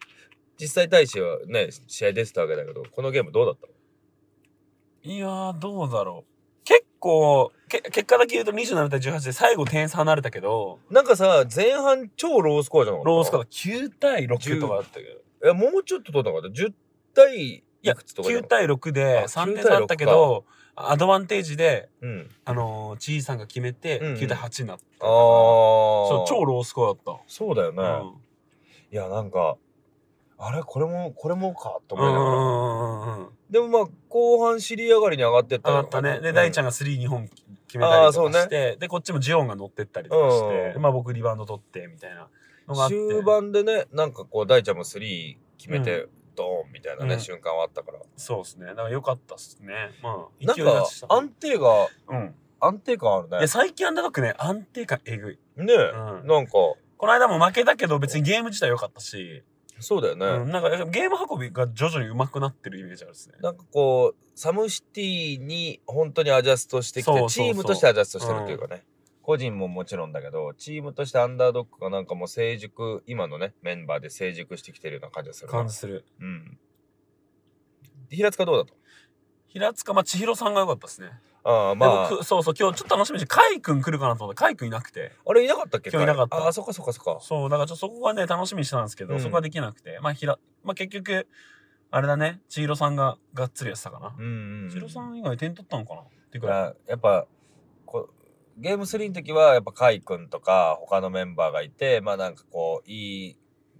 Speaker 3: 実際大使はね試合出てたわけだけどこのゲームどうだった
Speaker 2: いやーどうだろう結構け結果だけ言うと27対18で最後点差離れたけど
Speaker 3: なんかさ前半超ロースコアじゃなかった
Speaker 2: ロースカード9対6とかだったけど
Speaker 3: いやもうちょっと取ったのかった10対
Speaker 2: いや
Speaker 3: いくつとかじゃ
Speaker 2: 9
Speaker 3: なかった
Speaker 2: 対6
Speaker 3: あ
Speaker 2: で3点差あったけどアドバンテージで
Speaker 3: うん
Speaker 2: あのー、チーさんが決めて
Speaker 3: うんうん
Speaker 2: 9対8になった
Speaker 3: ああ
Speaker 2: からそう超ロースコアだっ
Speaker 3: そうだよね、
Speaker 2: た、うん
Speaker 3: いやなんかあれこれもこれもかと
Speaker 2: う
Speaker 3: 思い
Speaker 2: ん
Speaker 3: な
Speaker 2: う
Speaker 3: がら
Speaker 2: んうんうん
Speaker 3: でもまあ後半尻上がりに上がってった
Speaker 2: 上
Speaker 3: よ
Speaker 2: がったね。で、大ちゃんが3、2本決めた
Speaker 3: あ
Speaker 2: り
Speaker 3: ーそ
Speaker 2: と
Speaker 3: う
Speaker 2: か
Speaker 3: ね
Speaker 2: して、で、こっちもジオンが乗ってったりとかして、
Speaker 3: うん
Speaker 2: まあ僕リバウンド取って、みたいなのがあって。
Speaker 3: 終盤でねなんかこう大ちゃんも3決めて、ドーンみたいなね、
Speaker 2: うん
Speaker 3: 瞬間はあったから
Speaker 2: そうですね。だから良かったっすね。ま
Speaker 3: な
Speaker 2: あ、
Speaker 3: ん
Speaker 2: 勢い立
Speaker 3: か
Speaker 2: ちした。
Speaker 3: 安定が
Speaker 2: うん。
Speaker 3: 安定感ある
Speaker 2: い
Speaker 3: ね
Speaker 2: や、最近アンダードックね、安定感えぐい。
Speaker 3: ねえ、
Speaker 2: うん
Speaker 3: なんか
Speaker 2: この間も負けたけど、別にゲーム自体良かったし、
Speaker 3: そうだよね、
Speaker 2: うん、なんかゲーム運びが徐々に上手くなってるイメージあるっすね。
Speaker 3: なんかこうサムシティに本当にアジャストしてきて
Speaker 2: そうそうそう
Speaker 3: チームとしてアジャストしてるっていうかね、個人ももちろんだけどチームとしてアンダードッグがなんかもう成熟今のねメンバーで成熟してきてるような感じがするな
Speaker 2: 感じする。
Speaker 3: うん平塚どうだと
Speaker 2: 平塚、まあ、千尋さんが良かったっすね。
Speaker 3: ああ
Speaker 2: ま
Speaker 3: ま
Speaker 2: あ、
Speaker 3: あ
Speaker 2: くそうそう、今日ちょっと楽しみにして、カイ君来るかなと思ったら、カイ君いなくて。
Speaker 3: あれいなかったっけ
Speaker 2: 今日いなかった
Speaker 3: ああそっかそっかそっか
Speaker 2: そう、だからちょっとそこがね、楽しみにしてたんですけど、
Speaker 3: うん
Speaker 2: そこができなくて。まあ、ひら、まあ結局、あれだね、千尋さんががっつりやってたかな。
Speaker 3: うんうんうん
Speaker 2: 千尋さん以外点取ったのかなっていうく
Speaker 3: だから
Speaker 2: い。
Speaker 3: らやっぱこうゲーム3の時はやっぱカイ君とか他のメンバーがいてまあなんかこういい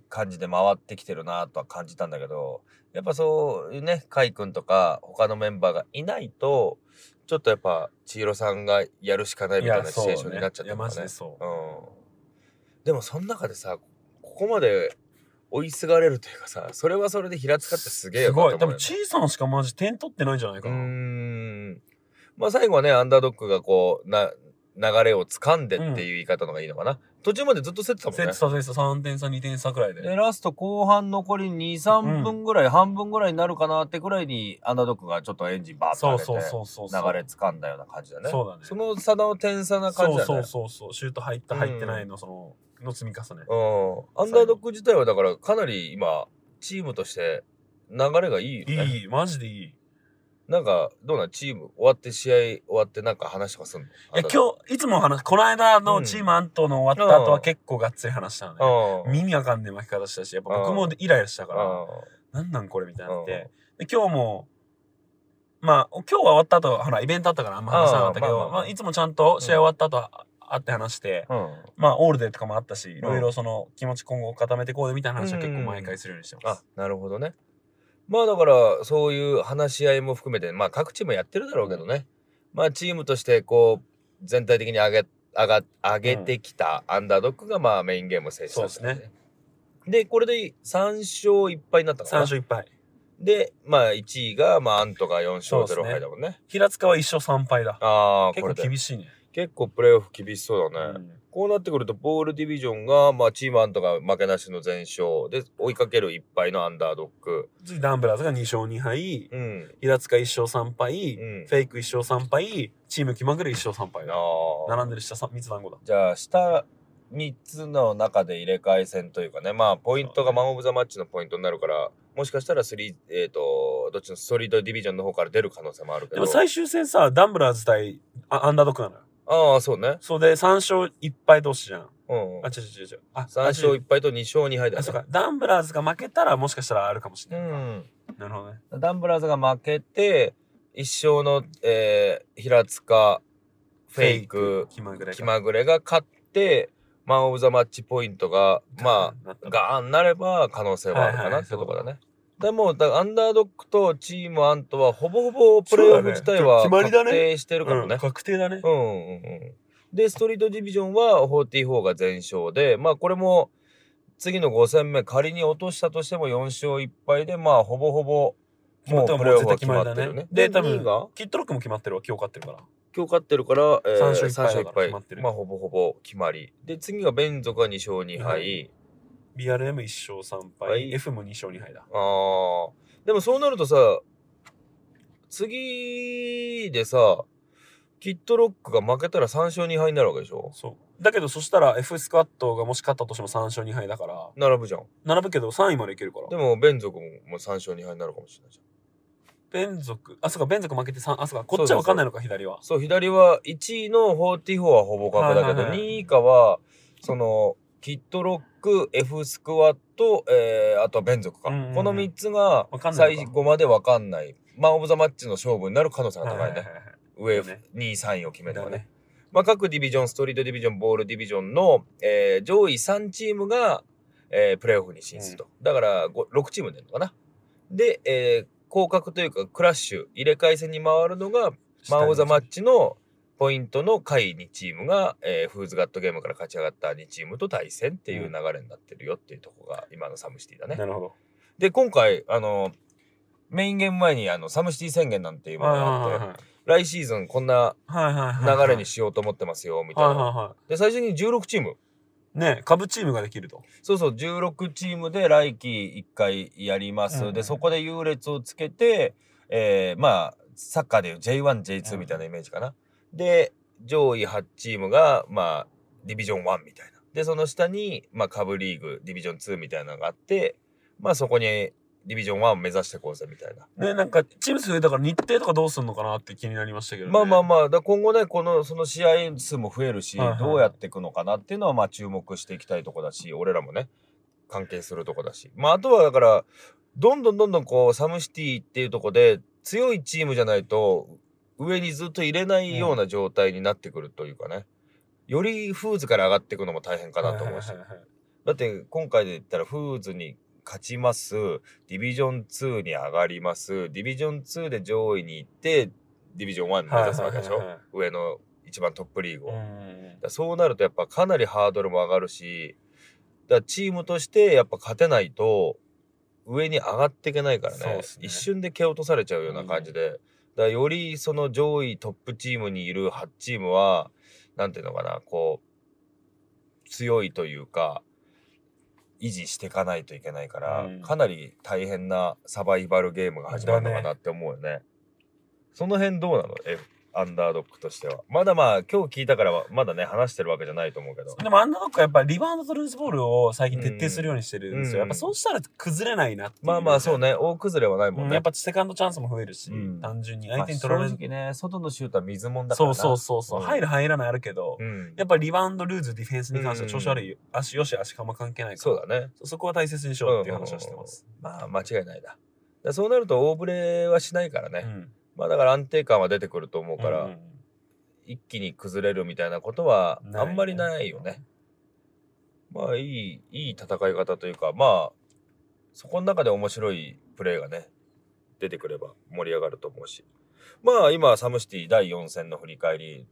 Speaker 3: 感じで回ってきてるなとは感じたんだけどやっぱそういうねカイ君とか他のメンバーがいないとちょっとやっぱ千尋さんがやるしかないみたいなシチュエーションになっちゃ
Speaker 2: い
Speaker 3: った
Speaker 2: や、
Speaker 3: の
Speaker 2: マ
Speaker 3: か
Speaker 2: ジ
Speaker 3: ね
Speaker 2: で。そう。
Speaker 3: うん、でもその中でさここまで追いすがれるというかさそれはそれで平塚ってすげえ
Speaker 2: す
Speaker 3: よなと
Speaker 2: ご
Speaker 3: 思
Speaker 2: い。
Speaker 3: うよ
Speaker 2: 多
Speaker 3: ね
Speaker 2: 分、チーさんしかマジ点取ってないんじゃないうか
Speaker 3: ー
Speaker 2: な。
Speaker 3: ん。まあ最後はね、アンダードッグがこう、な、流れを掴んでっていう言い方の方がいいのかな。途中までずっと競ってたもん
Speaker 2: セッ
Speaker 3: ね
Speaker 2: ト。させた3点差、2点差くらいで。
Speaker 4: でラスト後半残り23分ぐらい、半分ぐらいになるかなってくらいにアンダードッグがちょっとエンジンバーッ
Speaker 2: そ
Speaker 4: と上
Speaker 2: うそう
Speaker 4: げて
Speaker 2: そうそ
Speaker 4: 流
Speaker 2: う。
Speaker 4: れ掴んだような感じだね
Speaker 2: そうだね。
Speaker 3: の差の点差な
Speaker 2: そ
Speaker 3: 感じ
Speaker 2: う
Speaker 3: だ
Speaker 2: そ
Speaker 3: ね
Speaker 2: う。そうそう。シュート入った、入ってないの、その、の積み重ね。
Speaker 3: うん。アンダードッグ自体はだからかなり今、チームとして流れがいいよね。
Speaker 2: いい、マジでいい。
Speaker 3: なんか、どうなんチーム終わって試合終わってなんか話とかすんの
Speaker 2: い
Speaker 3: い
Speaker 2: や、今日、いつも話、この間
Speaker 3: う
Speaker 2: の
Speaker 3: ん
Speaker 2: チームアントの終わった後
Speaker 3: う
Speaker 2: は
Speaker 3: ん
Speaker 2: 結構がっつり話したのね。
Speaker 3: うん。
Speaker 2: 耳わかんねえ巻き方したし、やっぱ
Speaker 3: う
Speaker 2: 僕
Speaker 3: ん
Speaker 2: もイライラしたから、
Speaker 3: う
Speaker 2: なんなんこれみたいになっ
Speaker 3: うん
Speaker 2: て。で、今日も、まあ、今日は終わった後、ほら、イベントあったからあんま話さなかったけ
Speaker 3: うんまあ
Speaker 2: ど、
Speaker 3: まあ
Speaker 2: まあ、いつもちゃんと試合終わった後は、会って話して、
Speaker 3: ん。うん。
Speaker 2: まあ、オールデーとかもあったし、いろいろその気持ち今後固めてこうでみたいな話は結構毎回するようにしてま
Speaker 3: あ
Speaker 2: す。
Speaker 3: なるほどねまあだからそういう話し合いも含めてまあ各チームやってるだろうけどね、まあチームとしてこう全体的に上げ上が上げてきたアンダードッグがまあメインゲームを制したってこと
Speaker 2: そうで
Speaker 3: でこれで3勝1敗になったか
Speaker 2: 3
Speaker 3: な
Speaker 2: 勝1敗。
Speaker 3: でまあ1位がまあアントが4勝
Speaker 2: そうです
Speaker 3: 0
Speaker 2: ね
Speaker 3: 敗だもんね
Speaker 2: 平塚は1勝3敗だ。
Speaker 3: ああ
Speaker 2: 結構
Speaker 3: これで
Speaker 2: 厳しいね。
Speaker 3: 結構プレーオフ厳しそうだ
Speaker 2: う
Speaker 3: ね、
Speaker 2: ん
Speaker 3: こうなってくると、ボールディビジョンが、まあ、チーマンとか負けなしの全勝。で、追いかける一敗のアンダードック。
Speaker 2: 次、ダンブラーズが2勝2敗、
Speaker 3: うん。
Speaker 2: 平塚1勝3敗、
Speaker 3: うん
Speaker 2: フェイク1勝3敗、チーム気まぐれ1勝3敗
Speaker 3: な
Speaker 2: だ。
Speaker 3: あ。
Speaker 2: 並んでる下3つ団子だ。
Speaker 3: じゃあ、下3つの中で入れ替え戦というかね、まあ、ポイントがマン・オブ・ザ・マッチのポイントになるから、もしかしたらスリー、えっ、と、どっちのストリートディビジョンの方から出る可能性もある
Speaker 2: で
Speaker 3: けど。
Speaker 2: も最終戦さ、ダンブラーズ対あアンダードックなのよ。
Speaker 3: ああ、そうね。
Speaker 2: そうで、3勝1敗同士じゃん。
Speaker 3: うん、うん
Speaker 2: あ、。違う違う違う。あ、
Speaker 3: 3勝1敗と2勝2敗だ
Speaker 2: あ、
Speaker 3: よ
Speaker 2: そう
Speaker 3: ね。
Speaker 2: か。ダンブラーズが負けたらもしかしたらあるかもし
Speaker 3: う
Speaker 2: れない。
Speaker 3: ん。
Speaker 2: なるほどね。
Speaker 3: ダンブラーズが負けて、一勝の、えー平塚、フェイク、
Speaker 2: 気まぐれが。
Speaker 3: 気まぐれが勝って、マン・オブ・ザ・マッチポイントが、ま
Speaker 2: なった
Speaker 3: あ、
Speaker 2: ら、
Speaker 3: ガーンなれば可能性はあるか
Speaker 2: はいは
Speaker 3: ないってとこだね。でも、だアンダードックとチームアントは、ほぼほぼプレーオフ自体は
Speaker 2: そうだね
Speaker 3: 確
Speaker 2: 決まりだね
Speaker 3: 定してるから
Speaker 2: う
Speaker 3: ね
Speaker 2: ん。確定だね。
Speaker 3: うんうんうん。で、ストリートディビジョンは44が全勝で、まあこれも次の5戦目仮に落としたとしても4勝1敗で、まあほぼほぼもうプレーオフは決まってるね。
Speaker 2: で、多
Speaker 3: 2位
Speaker 2: 分、
Speaker 3: が
Speaker 2: キットロックも決まってるわ。今日勝ってるから。
Speaker 3: 今日勝ってるから、えー、
Speaker 2: 三勝一敗
Speaker 3: 三
Speaker 2: だから決まってる
Speaker 3: まあほぼほぼ決まり。で、次がベンゾが2勝2敗。
Speaker 2: BRM1 勝3敗、
Speaker 3: はい
Speaker 2: F も2勝2敗だ。
Speaker 3: ああ。でもそうなるとさ、次でさ、キットロックが負けたら3勝2敗になるわけでしょ
Speaker 2: そう。だけど、そしたら F スクワットがもし勝ったとしても3勝2敗だから、
Speaker 3: 並ぶじゃん。
Speaker 2: 並ぶけど3位までいけるから。
Speaker 3: でも、ベン族ももう3勝2敗になるかもしれないじゃん。
Speaker 2: ベン族、あ、そうか、ベン族負けて3、あ、そうか、こっちは分かんないのか、左は。
Speaker 3: そう、左は1位の44はほぼ確だけど、
Speaker 2: はいはいはい
Speaker 3: 2位以下は、その、キットロック、F スクワット、えー、あとはベン族か。
Speaker 2: うんうんうん
Speaker 3: この3つが
Speaker 2: わかんないのか
Speaker 3: 最後までわかんない。マン・オブ・ザ・マッチの勝負になる可能性が高い
Speaker 2: は
Speaker 3: ね
Speaker 2: は。はは
Speaker 3: 上、
Speaker 2: そうね
Speaker 3: 2位、3位を決め
Speaker 2: い
Speaker 3: て
Speaker 2: だ
Speaker 3: も
Speaker 2: よ
Speaker 3: ね
Speaker 2: ね。。
Speaker 3: まあ、各ディビジョン、ストリートディビジョン、ボールディビジョンの、えー、上位3チームが、えー、プレーオフに進出と。だから、ご6チーム出るのかな。で、えー、降格というか、クラッシュ、入れ替え戦に回るのが、マン・オブ・ザ・マッチのポイントの下位2チームが、えーフーズ・ガット・ゲームから勝ち上がった2チームと対戦っていう流れになってるよっていうとこが今のサムシティだね。
Speaker 2: なるほど。
Speaker 3: で今回あのメインゲーム前にあのサムシティ宣言なんていうものがあって、
Speaker 2: はいはい
Speaker 3: 来シーズンこんな
Speaker 2: はいはいはい。
Speaker 3: 流れにしようと思ってますよみたい
Speaker 2: はい
Speaker 3: な。
Speaker 2: はいは
Speaker 3: で最初に16チーム
Speaker 2: い。ね、株チームができると。
Speaker 3: そうそう16チームで来季1回やります、
Speaker 2: うんう
Speaker 3: で
Speaker 2: ん
Speaker 3: そこで優劣をつけて、えーまあサッカーでいう J1J2
Speaker 2: うん
Speaker 3: みたいなイメージかな、で上位8チームがまあディビジョン1みたいなでその下に、まあ、下部リーグディビジョン2みたいなのがあってまあそこにディビジョン1を目指していこうぜみたいな、
Speaker 2: ね、なんか、チーム数増えたから日程とかどうすんのかなって気になりましたけどね。
Speaker 3: まあまあまあだから今後ねこのその試合数も増えるし、
Speaker 2: はいはい
Speaker 3: どうやっていくのかなっていうのはまあ注目していきたいとこだし俺らもね関係するとこだしまああとはだからどんどんどんどんこうサムシティっていうとこで強いチームじゃないと上にずっと入れないような状態になってくるというかね、よりフーズから上がっていくのも大変かなと思うし、
Speaker 2: はいはいはいはい
Speaker 3: だって今回で言ったらフーズに勝ちますディビジョン2に上がりますディビジョン2で上位に行ってディビジョン1に目指すわけでし
Speaker 2: は
Speaker 3: ょ、
Speaker 2: いはいはい
Speaker 3: 上の一番トップリーグを、
Speaker 2: う
Speaker 3: だか
Speaker 2: ん
Speaker 3: らそうなるとやっぱかなりハードルも上がるしだからチームとしてやっぱ勝てないと上に上がっていけないからね
Speaker 2: そうっすね
Speaker 3: 一瞬で蹴落とされちゃうような感じで、だからよりその上位トップチームにいる8チームはなんていうのかなこう強いというか維持していかないといけないから、
Speaker 2: うん
Speaker 3: かなり大変なサバイバルゲームが始まるのかなって思うよね。その辺どうなのえアンダードックとしては。まだまあ今日聞いたからはまだね話してるわけじゃないと思うけど。
Speaker 2: でもアンダードックはやっぱリバウンドとルーズボールを最近徹底するようにしてるんですよ。
Speaker 3: う
Speaker 2: や
Speaker 3: ん
Speaker 2: っぱそうしたら崩れないなってい
Speaker 3: まあまあそう
Speaker 2: ね。
Speaker 3: ね大崩れはないもん
Speaker 2: うん
Speaker 3: ね。
Speaker 2: やっぱセカンドチャンスも増えるし、
Speaker 3: うん
Speaker 2: 単純に
Speaker 3: ま
Speaker 2: 相
Speaker 3: あ
Speaker 2: 手に取られる
Speaker 3: 正。直ね外のシュートは水もんだから
Speaker 2: そ
Speaker 3: な
Speaker 2: うそうそうそう、
Speaker 3: うん
Speaker 2: 入る入らないあるけど、
Speaker 3: うん
Speaker 2: やっぱリバウンド、ルーズ、ディフェンスに関しては調子悪いよ、足よし、足かま関係ないから。
Speaker 3: そうだね。
Speaker 2: そこは大切にしようっていう話はしてます。
Speaker 3: まあ間違いないだ。だからそうなると大ぶれはしないからね、
Speaker 2: うん
Speaker 3: まあだから安定感は出てくると思うから、
Speaker 2: うん
Speaker 3: 一気に崩れるみたいなことは
Speaker 2: ないね
Speaker 3: あんまりないよね。まあいいいい戦い方というかまあそこの中で面白いプレーがね出てくれば盛り上がると思うしまあ今サムシティ第4戦の振り返り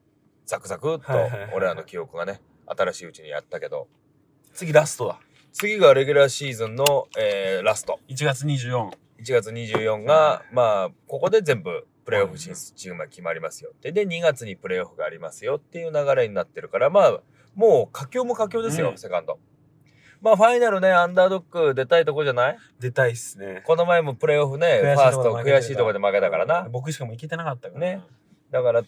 Speaker 3: ザクザクっと
Speaker 2: はいはいはいはい
Speaker 3: 俺らの記憶がね新しいうちにやったけど
Speaker 2: 次ラストだ。
Speaker 3: 次がレギュラーシーズンの、えーラスト
Speaker 2: 1月24。
Speaker 3: 1月24が、まあ、ここで全部プレーオフ進出チームが決まりますよって。で、2月にプレーオフがありますよっていう流れになってるから、まあ、もう佳境も佳境ですよ、
Speaker 5: うん
Speaker 3: セカンド。まあファイナルね、アンダードック出たいとこじゃない
Speaker 2: 出たいっすね。
Speaker 3: この前もプレーオフね、フ
Speaker 2: 悔しいとこ
Speaker 3: ァースト
Speaker 2: 負けてるから
Speaker 3: 悔しいとこで負けたからな。
Speaker 2: 僕しかも行けてなかったから。
Speaker 3: ね。だから、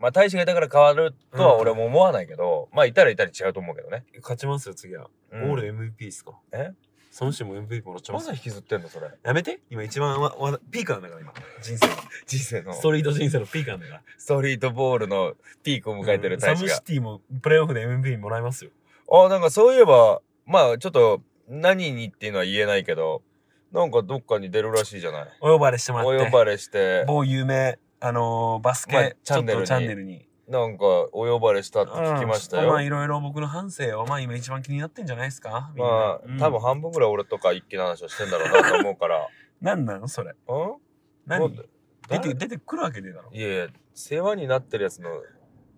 Speaker 3: まあ大使がいたから変わるとは俺も思わないけど、まあいたらいたり違うと思うけどね。
Speaker 2: 勝ちますよ、次は。
Speaker 3: うん
Speaker 2: オール MVP っすか。
Speaker 3: え
Speaker 2: その人も MVP もらっちゃい
Speaker 3: ま
Speaker 2: ます
Speaker 3: だ
Speaker 2: よ。
Speaker 3: 引きずってんのそれ。
Speaker 2: やめて今一番わわピーカーなんだから今。人生の。
Speaker 3: 人生の
Speaker 2: ストリート人生のピーカーなんだから。
Speaker 3: ストリートボールのピークを迎えてる
Speaker 2: サ
Speaker 3: 大使
Speaker 2: ム
Speaker 3: が
Speaker 2: シ。ティもプレーオフで MVP もらえますよ。
Speaker 3: あ、なんかそういえば、まあちょっと何にっていうのは言えないけど、なんかどっかに出るらしいじゃない。
Speaker 2: お呼ばれしてもらっ
Speaker 3: お
Speaker 2: て。
Speaker 3: 呼ばれして、
Speaker 2: 某有名、あのーバスケ、
Speaker 3: まあチ
Speaker 2: ちょ
Speaker 3: ャン
Speaker 2: っ
Speaker 3: ネル
Speaker 2: と
Speaker 3: に
Speaker 2: チャンネルに。
Speaker 3: なんかお呼ばれしたって聞きました
Speaker 2: うん
Speaker 3: よ。
Speaker 2: まあいろいろ僕の反省を、まあ今一番気になってんじゃないですかみんな
Speaker 3: ま
Speaker 2: うん
Speaker 3: あ、多分半分ぐらい俺とか一気な話をしてんだろうなと思 うから。
Speaker 2: 何なのそれ。
Speaker 3: うんも
Speaker 2: 何
Speaker 3: う
Speaker 2: 出て、出てくるわけねえだろ。
Speaker 3: いやいや、世話になってるやつの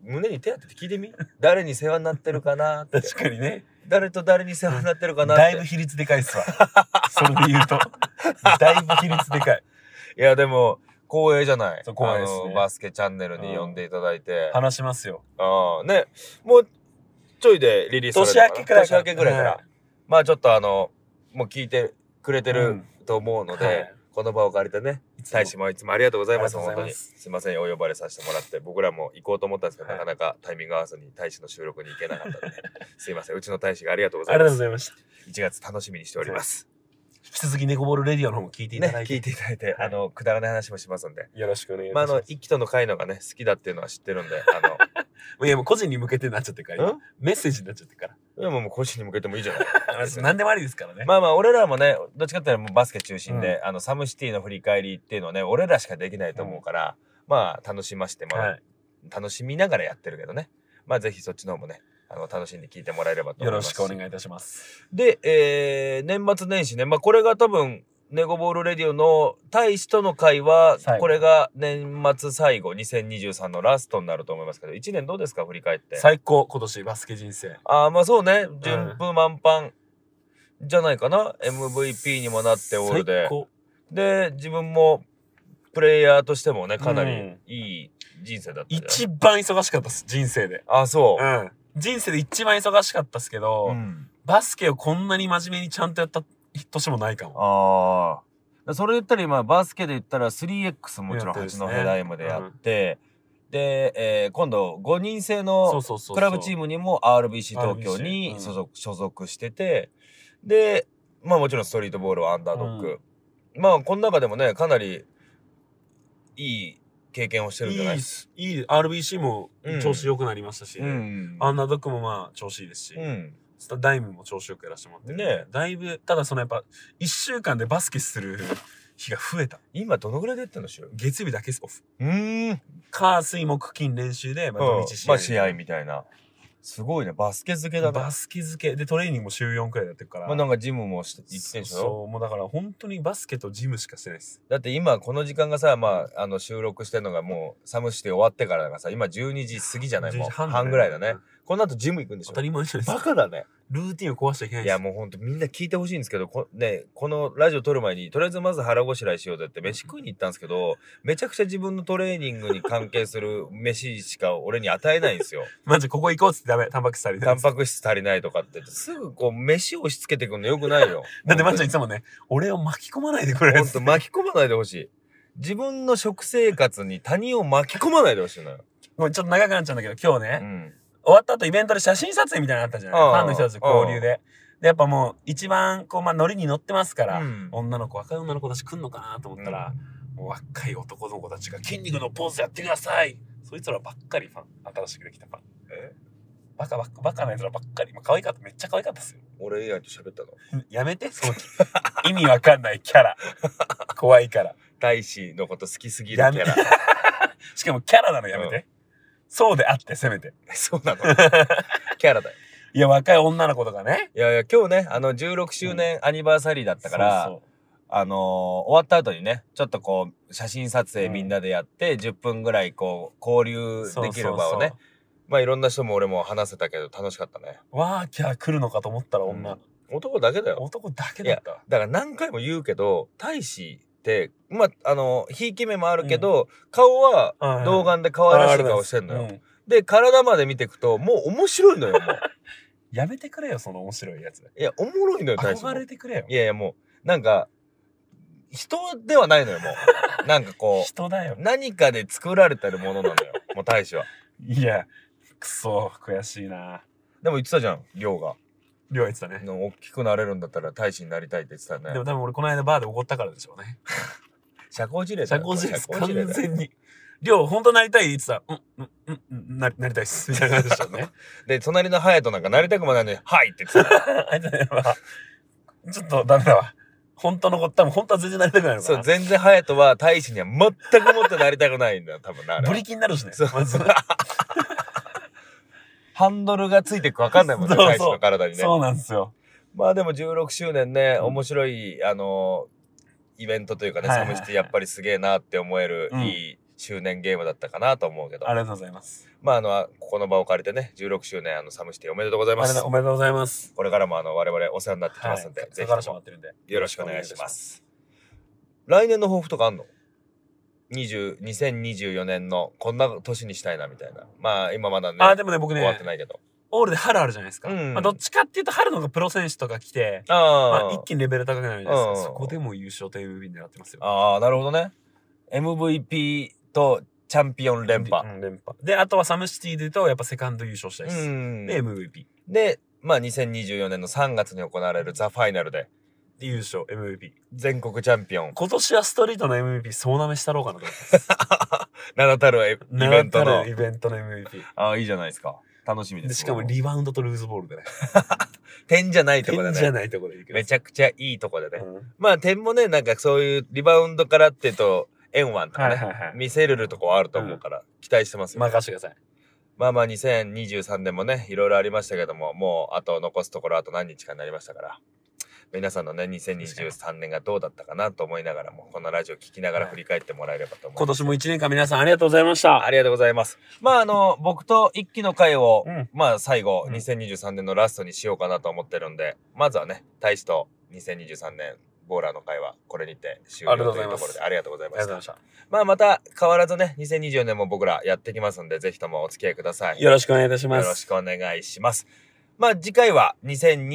Speaker 3: 胸に手当てて聞いてみ誰に世話になってるかなっ て。
Speaker 2: 確かにね。
Speaker 3: 誰と誰に世話になってるかなっ
Speaker 2: だいぶ
Speaker 3: て。
Speaker 2: 比率でかいっすわ。それで言 うと。だいぶ比率でかい。
Speaker 3: いや、でも、光栄じゃない。
Speaker 2: そう光栄ですね
Speaker 3: あのバスケチャンネルに呼んでいただいて。あ
Speaker 2: 話しますよ。
Speaker 3: あ、ね、もうちょいでリリースされるの
Speaker 2: 年明けくらい
Speaker 3: 年
Speaker 2: から
Speaker 3: 明けくらいから。
Speaker 2: はい
Speaker 3: まあちょっとあの、もう聞いてくれて
Speaker 2: う
Speaker 3: る
Speaker 2: ん
Speaker 3: と思うので、
Speaker 2: はい
Speaker 3: この場を借りてね、
Speaker 2: いつも
Speaker 3: 大使もいつもありがとうございます。
Speaker 2: ありがと
Speaker 3: 本
Speaker 2: う
Speaker 3: 当
Speaker 2: ござい
Speaker 3: に。
Speaker 2: ます
Speaker 3: いません、お呼ばれさせてもらって、僕らも行こうと思ったんですけど、
Speaker 2: はい
Speaker 3: なかなかタイミング合わずに大使の収録に行けな かったんで、すいません、うちの大使がありがとう
Speaker 2: あ
Speaker 3: ござ
Speaker 2: り
Speaker 3: い
Speaker 2: が
Speaker 3: ま
Speaker 2: とうご
Speaker 3: す。
Speaker 2: ざいました。
Speaker 3: 1月楽しみにしております。
Speaker 2: 引き続きネコボールレディオの方も聞いてい
Speaker 3: ね
Speaker 2: ただ、いて。
Speaker 3: 聞いていただいて、あの、くだらない話もしますんで。
Speaker 2: よろしくお願いし
Speaker 3: まあ、
Speaker 2: ます。
Speaker 3: あの、一気との会のがね、好きだっていうのは知ってるんで、
Speaker 2: いや、もう個人に向けてなっちゃってるから、
Speaker 3: あ
Speaker 2: 今
Speaker 3: の、
Speaker 2: メッセージになっちゃってるか
Speaker 3: んいやもうもう個人に向けてもいいじゃない。
Speaker 2: ら。何でもありですからね。
Speaker 3: まあまあ、俺らもね、どっちかっていうともうバスケ中心で、あの、サムシティの振り返りっていうのはね、俺らしかできないと思うから、まあ、楽しましてもら
Speaker 2: は
Speaker 3: う楽しみながらやってるけどね。まあぜひそっちの方もね、あの楽しんで聞いてもらえればと
Speaker 2: い。よ
Speaker 3: 思いま
Speaker 2: ろ
Speaker 3: す。
Speaker 2: しくお願いいたします。
Speaker 3: で、えー、年末年始ね、まあこれが多分、ネゴボールレディオの大使との会は
Speaker 2: 最、後
Speaker 3: これが年末最後、2023のラストになると思いますけど、1年どうですか振り返って。
Speaker 2: 最高、今年、バスケ人生。
Speaker 3: ああ、まあそうね、順風満帆じゃないかな、MVP にもなってオールで
Speaker 2: 最。高。
Speaker 3: で、自分も、プレイヤーとしてもね、かな
Speaker 2: う
Speaker 3: り
Speaker 2: ん
Speaker 3: いい人生だったじゃない、
Speaker 2: 一番忙しかったっす、人生で。
Speaker 3: あ、そうう。
Speaker 2: ん。人生で一番忙しかったっすけど、
Speaker 3: ん
Speaker 2: バスケをこんなに真面目にちゃんとやった年もないかも。
Speaker 3: ああ。それで言ったら今、バスケで言ったら 3X もちろ
Speaker 2: やっ
Speaker 3: ん
Speaker 2: てるっ
Speaker 3: 八
Speaker 2: す
Speaker 3: 戸
Speaker 2: ね
Speaker 3: 大までやって、で、えー今度5人制
Speaker 2: そ
Speaker 3: の
Speaker 2: うそうそうそう。
Speaker 3: クラブチームにも RBC 東京
Speaker 2: RBC う
Speaker 3: に
Speaker 2: ん
Speaker 3: 所属,、所属してて、で、まあもちろんストリートボールはアンダードッグ。まあこの中でもね、かなりいい経験をしてるんじゃない
Speaker 2: いいっ
Speaker 3: です
Speaker 2: す。いい、RBC も
Speaker 3: うん
Speaker 2: 調子良くなりましたし、
Speaker 3: か。うん。
Speaker 2: アンダードックもまあ調子いいですし、
Speaker 3: うん。
Speaker 2: スタダイムも調子よくやらせてもらってるんで
Speaker 3: ねえ
Speaker 2: だいぶ、ただそのやっぱ、一週間でバスケする日が増えた。
Speaker 3: 今どのぐらいでやってんの週う
Speaker 2: 月曜日だけですオフ。
Speaker 3: ーん。
Speaker 2: 火、水、木、金練習で、まあ
Speaker 3: うん
Speaker 2: 土日試合。
Speaker 3: まあ試合みたいな。すごいね、バスケ漬けだな
Speaker 2: バ。スケ漬け。で、トレーニングも週4くらいやってるから。
Speaker 3: まあなんかジムもして行って
Speaker 2: そ
Speaker 3: ん
Speaker 2: う
Speaker 3: でしょ
Speaker 2: そう、もうだから本当にバスケとジムしかしてないです。
Speaker 3: だって今この時間がさ、まあ、あの収録してるのがもうサムシティ終わってからがさ今12時過ぎじゃないもう
Speaker 2: 11半
Speaker 3: 半ぐらいだね、
Speaker 2: うん
Speaker 3: この後ジム行くんでしょ
Speaker 2: 当たり前じゃないです
Speaker 3: バ
Speaker 2: か。
Speaker 3: カだね
Speaker 2: ルーティンを壊しちゃいけない
Speaker 3: い
Speaker 2: です
Speaker 3: やもうほんとみんな聞いてほしいんですけどこ,、ね、このラジオ撮る前にとりあえずまず腹ごしらえしようぜって飯食いに行ったんですけどめちゃくちゃ自分のトレーニングに関係する 飯しか俺に与えないんですよ
Speaker 2: マジここ行こうっつってダメ。タンパク質足りな
Speaker 3: タ
Speaker 2: い
Speaker 3: ン。パク質足りないとかってすぐこう飯押し付けてくんのよく ないよ
Speaker 2: だってマジいつもね、俺を巻き込まないでくれる
Speaker 3: ほんと巻き込まないでほしい自分の食生活に他人を巻き込まないでほしいのよ、
Speaker 2: もうちょっと長くなっちゃうんだけど、今日ね、
Speaker 3: うん
Speaker 2: 終わった後イベントで写真撮影みたいなのあったじゃない
Speaker 3: あ
Speaker 2: フ
Speaker 3: あ
Speaker 2: ァンの人たちと交流で。で、やっぱもう一番こう、まあ、ノリに乗ってますから、
Speaker 3: うん
Speaker 2: 女の子、若い女の子たち来んのかなと思ったら、もう若い男の子たちが筋肉のポーズやってくださいそいつらばっかりファン。新しくできたファン。バカバカ、バカなやつらばっかり。まあ、可愛かった。めっちゃ可愛かったっすよ。
Speaker 3: 俺以外と喋ったの
Speaker 2: やめて、その 意味わかんないキャラ。怖いから。
Speaker 3: 大使のこと好きすぎるキ
Speaker 2: や
Speaker 3: ャ
Speaker 2: め
Speaker 3: ラ
Speaker 2: しかもキャラなのやめて。
Speaker 3: う
Speaker 2: そうであって、せめて。
Speaker 3: そうなのキャラだよ
Speaker 2: いや、若い女の子とかね。
Speaker 3: いやいや今日ねあの16周年アニバーサリーだったから、
Speaker 2: そうそう
Speaker 3: あのー終わった後にねちょっとこう写真撮影みんなでやって、10分ぐらいこう交流できる場
Speaker 2: そうそうそ
Speaker 3: をね
Speaker 2: う
Speaker 3: まあいろんな人も俺も話せたけど楽しかったね
Speaker 2: わーキャー来るのかと思ったら女、
Speaker 3: うん男だけだよ
Speaker 2: 男だけだった
Speaker 3: だから何回も言うけど大使ってまああのひいき目もあるけど、顔は
Speaker 2: はいはい
Speaker 3: 童顔で可愛らしい顔してんのよ、
Speaker 2: うん
Speaker 3: で、体まで見ていくと、もう面白いのよ、 もう。
Speaker 2: やめてくれよ、その面白いやつ。
Speaker 3: いや、おもろいのよ、大志も
Speaker 2: 憧れてくれよ
Speaker 3: い。やいや、もう、なんか、人ではないのよ、も う。なんかこ
Speaker 2: 人だよ
Speaker 3: う、。何かで作られてるものなのよ、もう大志は。
Speaker 2: いや、くそ、悔しいな。
Speaker 3: でも言ってたじゃん、亮が。
Speaker 2: りょうは言ってたね。
Speaker 3: の大きくなれるんだったら大使になりたいって言ってた
Speaker 2: で
Speaker 3: ね
Speaker 2: も。多分俺この間バーで怒ったからでしょうね。
Speaker 3: 社交辞令だ
Speaker 2: 社
Speaker 3: よ
Speaker 2: 交辞令です、
Speaker 3: これ社
Speaker 2: 完
Speaker 3: 交だよ
Speaker 2: 全に。りょう、ほんとなりたいって言ってた。うん、うん、うん、ななりたいっす。みたいな感じでした ね。
Speaker 3: で、隣の隼人なんかなりたくもないのに、はいって言ってた。
Speaker 2: あいつね、まあ、ちょっとダメだわ。本当のこと、多分本当は全然なりたくないのか
Speaker 3: そ
Speaker 2: な
Speaker 3: う、。全然隼人は大使には全くもってなりたくないんだよ、多分な。あれは
Speaker 2: ブリキになるしね。
Speaker 3: そう
Speaker 2: まず
Speaker 3: ハンドルがついてくわかんないもん
Speaker 2: そ
Speaker 3: ね、
Speaker 2: うそう
Speaker 3: 大使の体にね。
Speaker 2: そうなんですよ。
Speaker 3: まあでも16周年ね、
Speaker 2: うん
Speaker 3: 面白い、あの、イベントというかね、
Speaker 2: はいはいは
Speaker 3: サ
Speaker 2: い
Speaker 3: ムシティやっぱりすげえなって思える、
Speaker 2: うん
Speaker 3: いい周年ゲームだったかなと思うけど
Speaker 2: あ。りがとうございます。
Speaker 3: まああの、ここの場を借りてね、16周年、あの、サムシティおめでとうござい
Speaker 2: あ
Speaker 3: ま
Speaker 2: れ
Speaker 3: す
Speaker 2: だ。おめでとうございます。
Speaker 3: これからもあの、我々お世話になってきますんで、ぜひ
Speaker 2: 宝
Speaker 3: と
Speaker 2: 島
Speaker 3: も
Speaker 2: ってるんで。
Speaker 3: よろしくお願いします。来年の抱負とかあんの20 2024年のこんな年にしたいなみたいな。まあ今まだね、
Speaker 2: あ、でもね、僕
Speaker 3: 終わって
Speaker 2: ね、
Speaker 3: ないけど。
Speaker 2: オールで春あるじゃないですか。
Speaker 3: うん
Speaker 2: まあ、どっちかっていうと春の方がプロ選手とか来て、ま
Speaker 3: あ
Speaker 2: あ、
Speaker 3: ー
Speaker 2: 一気にレベル高くなるじゃないです
Speaker 3: うん
Speaker 2: か。そこでも優勝と MVP 狙ってますよ。
Speaker 3: ああ、なるほどね。MVP とチャンピオン連覇。
Speaker 2: うん連覇。で、あとはサムシティで言うと、やっぱセカンド優勝したいです。
Speaker 3: ん
Speaker 2: で、MVP。
Speaker 3: で、まあ2024年の3月に行われるザ・ファイナルで
Speaker 2: で、優勝、MVP。
Speaker 3: 全国チャンピオ ン、
Speaker 2: 今年はストリートの MVP 総なめしたろうかなと思ってます。
Speaker 3: 名だたるイ
Speaker 2: 名
Speaker 3: ベント
Speaker 2: だ
Speaker 3: の
Speaker 2: たる。イベントの MVP。
Speaker 3: ああ、いいじゃないですか。楽しみで。
Speaker 2: ですしかもリバウンドとルーズボールでね。
Speaker 3: 点じゃないとこ
Speaker 2: 点
Speaker 3: だ
Speaker 2: じゃ
Speaker 3: ね。
Speaker 2: ないところでいく
Speaker 3: めちゃくちゃいいとこでね。
Speaker 2: うん
Speaker 3: まあ点もね、なんかそういうリバウンドからってと、円ワンとか
Speaker 2: はいはい
Speaker 3: ね、
Speaker 2: はい。
Speaker 3: 見せれるとこはあると思うから、期待してますよ。
Speaker 2: 任せてください。
Speaker 3: まあまあ2023年もね、いろいろありましたけども、もうあと残すところあと何日かになりましたから、皆さんのね、2023年がどうだったかなと思いながらも、このラジオ聞きながら振り返ってもらえればと思います。
Speaker 2: 今年も一年間皆さんありがとうございました。
Speaker 3: ありがとうございます。まああの、僕と一期の会を、
Speaker 2: うん
Speaker 3: まあ最後、
Speaker 2: うん
Speaker 3: 2023年のラストにしようかなと思ってるんで、まずはね、大使と2023年、ボーラーの会はこれにて終了
Speaker 2: ありがとう
Speaker 3: と
Speaker 2: ござい
Speaker 3: いうと
Speaker 2: ます
Speaker 3: ころでありがとうございま
Speaker 2: ありがとうご
Speaker 3: し
Speaker 2: ざい
Speaker 3: た
Speaker 2: ま。した。
Speaker 3: まあまた変わらずね、2024年も僕らやってきますんで、ぜひともお付き合いください。
Speaker 2: よろしくお願いいたしま
Speaker 3: よろし
Speaker 2: す。
Speaker 3: くお願いします。まあ次回は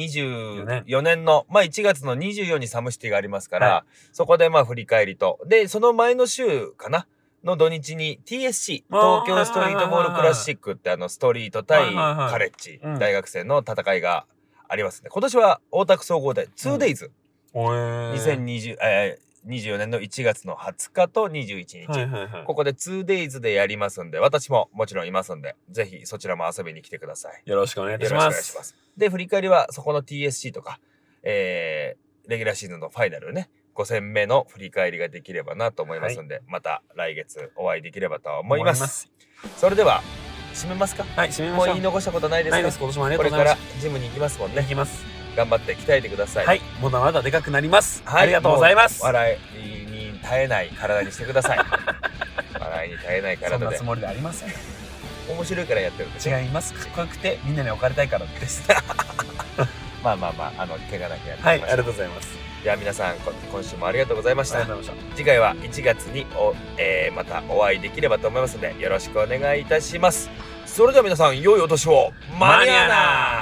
Speaker 3: 2024年の、まあ1月の24にサムシティがありますから、
Speaker 2: は
Speaker 3: そこでまあ振り返りと、で、その前の週かなの土日に TSC、
Speaker 2: あー
Speaker 3: 東京ストリートボールクラシックってあのストリート対
Speaker 2: はいはいはい
Speaker 3: カレッジ
Speaker 2: うん、
Speaker 3: 大学生の戦いがありますね。今年は大田区総合で 2days、
Speaker 2: おえー
Speaker 3: 2020、えー24年の1月の20日と21
Speaker 2: は
Speaker 3: 日。
Speaker 2: いはいはい。
Speaker 3: ここで 2days でやりますんで、私ももちろんいますんで、ぜひそちらも遊びに来てください。
Speaker 2: よろしくお願いいた
Speaker 3: よろし
Speaker 2: し
Speaker 3: くお願
Speaker 2: ま
Speaker 3: いし
Speaker 2: す
Speaker 3: ま。す。で、振り返りはそこの TSC とか、えー、レギュラーシーズンのファイナルね、5戦目の振り返りができればなと思いますんで、また来月お会いできればと思います。それでは、締めますか
Speaker 2: はい、締めま
Speaker 3: もう
Speaker 2: しょ
Speaker 3: 言い残したことないで
Speaker 2: う。
Speaker 3: す
Speaker 2: な
Speaker 3: ね
Speaker 2: いです。今年もありが
Speaker 3: こと
Speaker 2: う
Speaker 3: れ
Speaker 2: ござい
Speaker 3: か
Speaker 2: ます。
Speaker 3: らジムに行きますもん
Speaker 2: 行
Speaker 3: ね。
Speaker 2: きます。
Speaker 3: 頑張って鍛えてください。
Speaker 2: はい、まだまだでかくなります。
Speaker 3: はい
Speaker 2: ありがとうございます
Speaker 3: もう。笑いに耐えない体にしてく ださい。笑いに耐えない
Speaker 2: そん
Speaker 3: 体
Speaker 2: な
Speaker 3: で
Speaker 2: つ。もりではありません。
Speaker 3: 面白いからやってるんでしょ
Speaker 2: 違います。かっこよくて、みんなに置かれたいからです。
Speaker 3: まあまあまあ、あの、怪我なくやって
Speaker 2: はい、あ
Speaker 3: い
Speaker 2: り
Speaker 3: ま
Speaker 2: が
Speaker 3: しょう
Speaker 2: とうございます。
Speaker 3: じゃあ皆さん、こ今週もありがとうございまし
Speaker 2: ありがと。うご
Speaker 3: た
Speaker 2: ざいまし
Speaker 3: 次回は1月にお、えーまたお会いできればと思いますので、よろしくお願いいたします。それでは皆さん、良いお年を
Speaker 2: た。
Speaker 3: マニアナ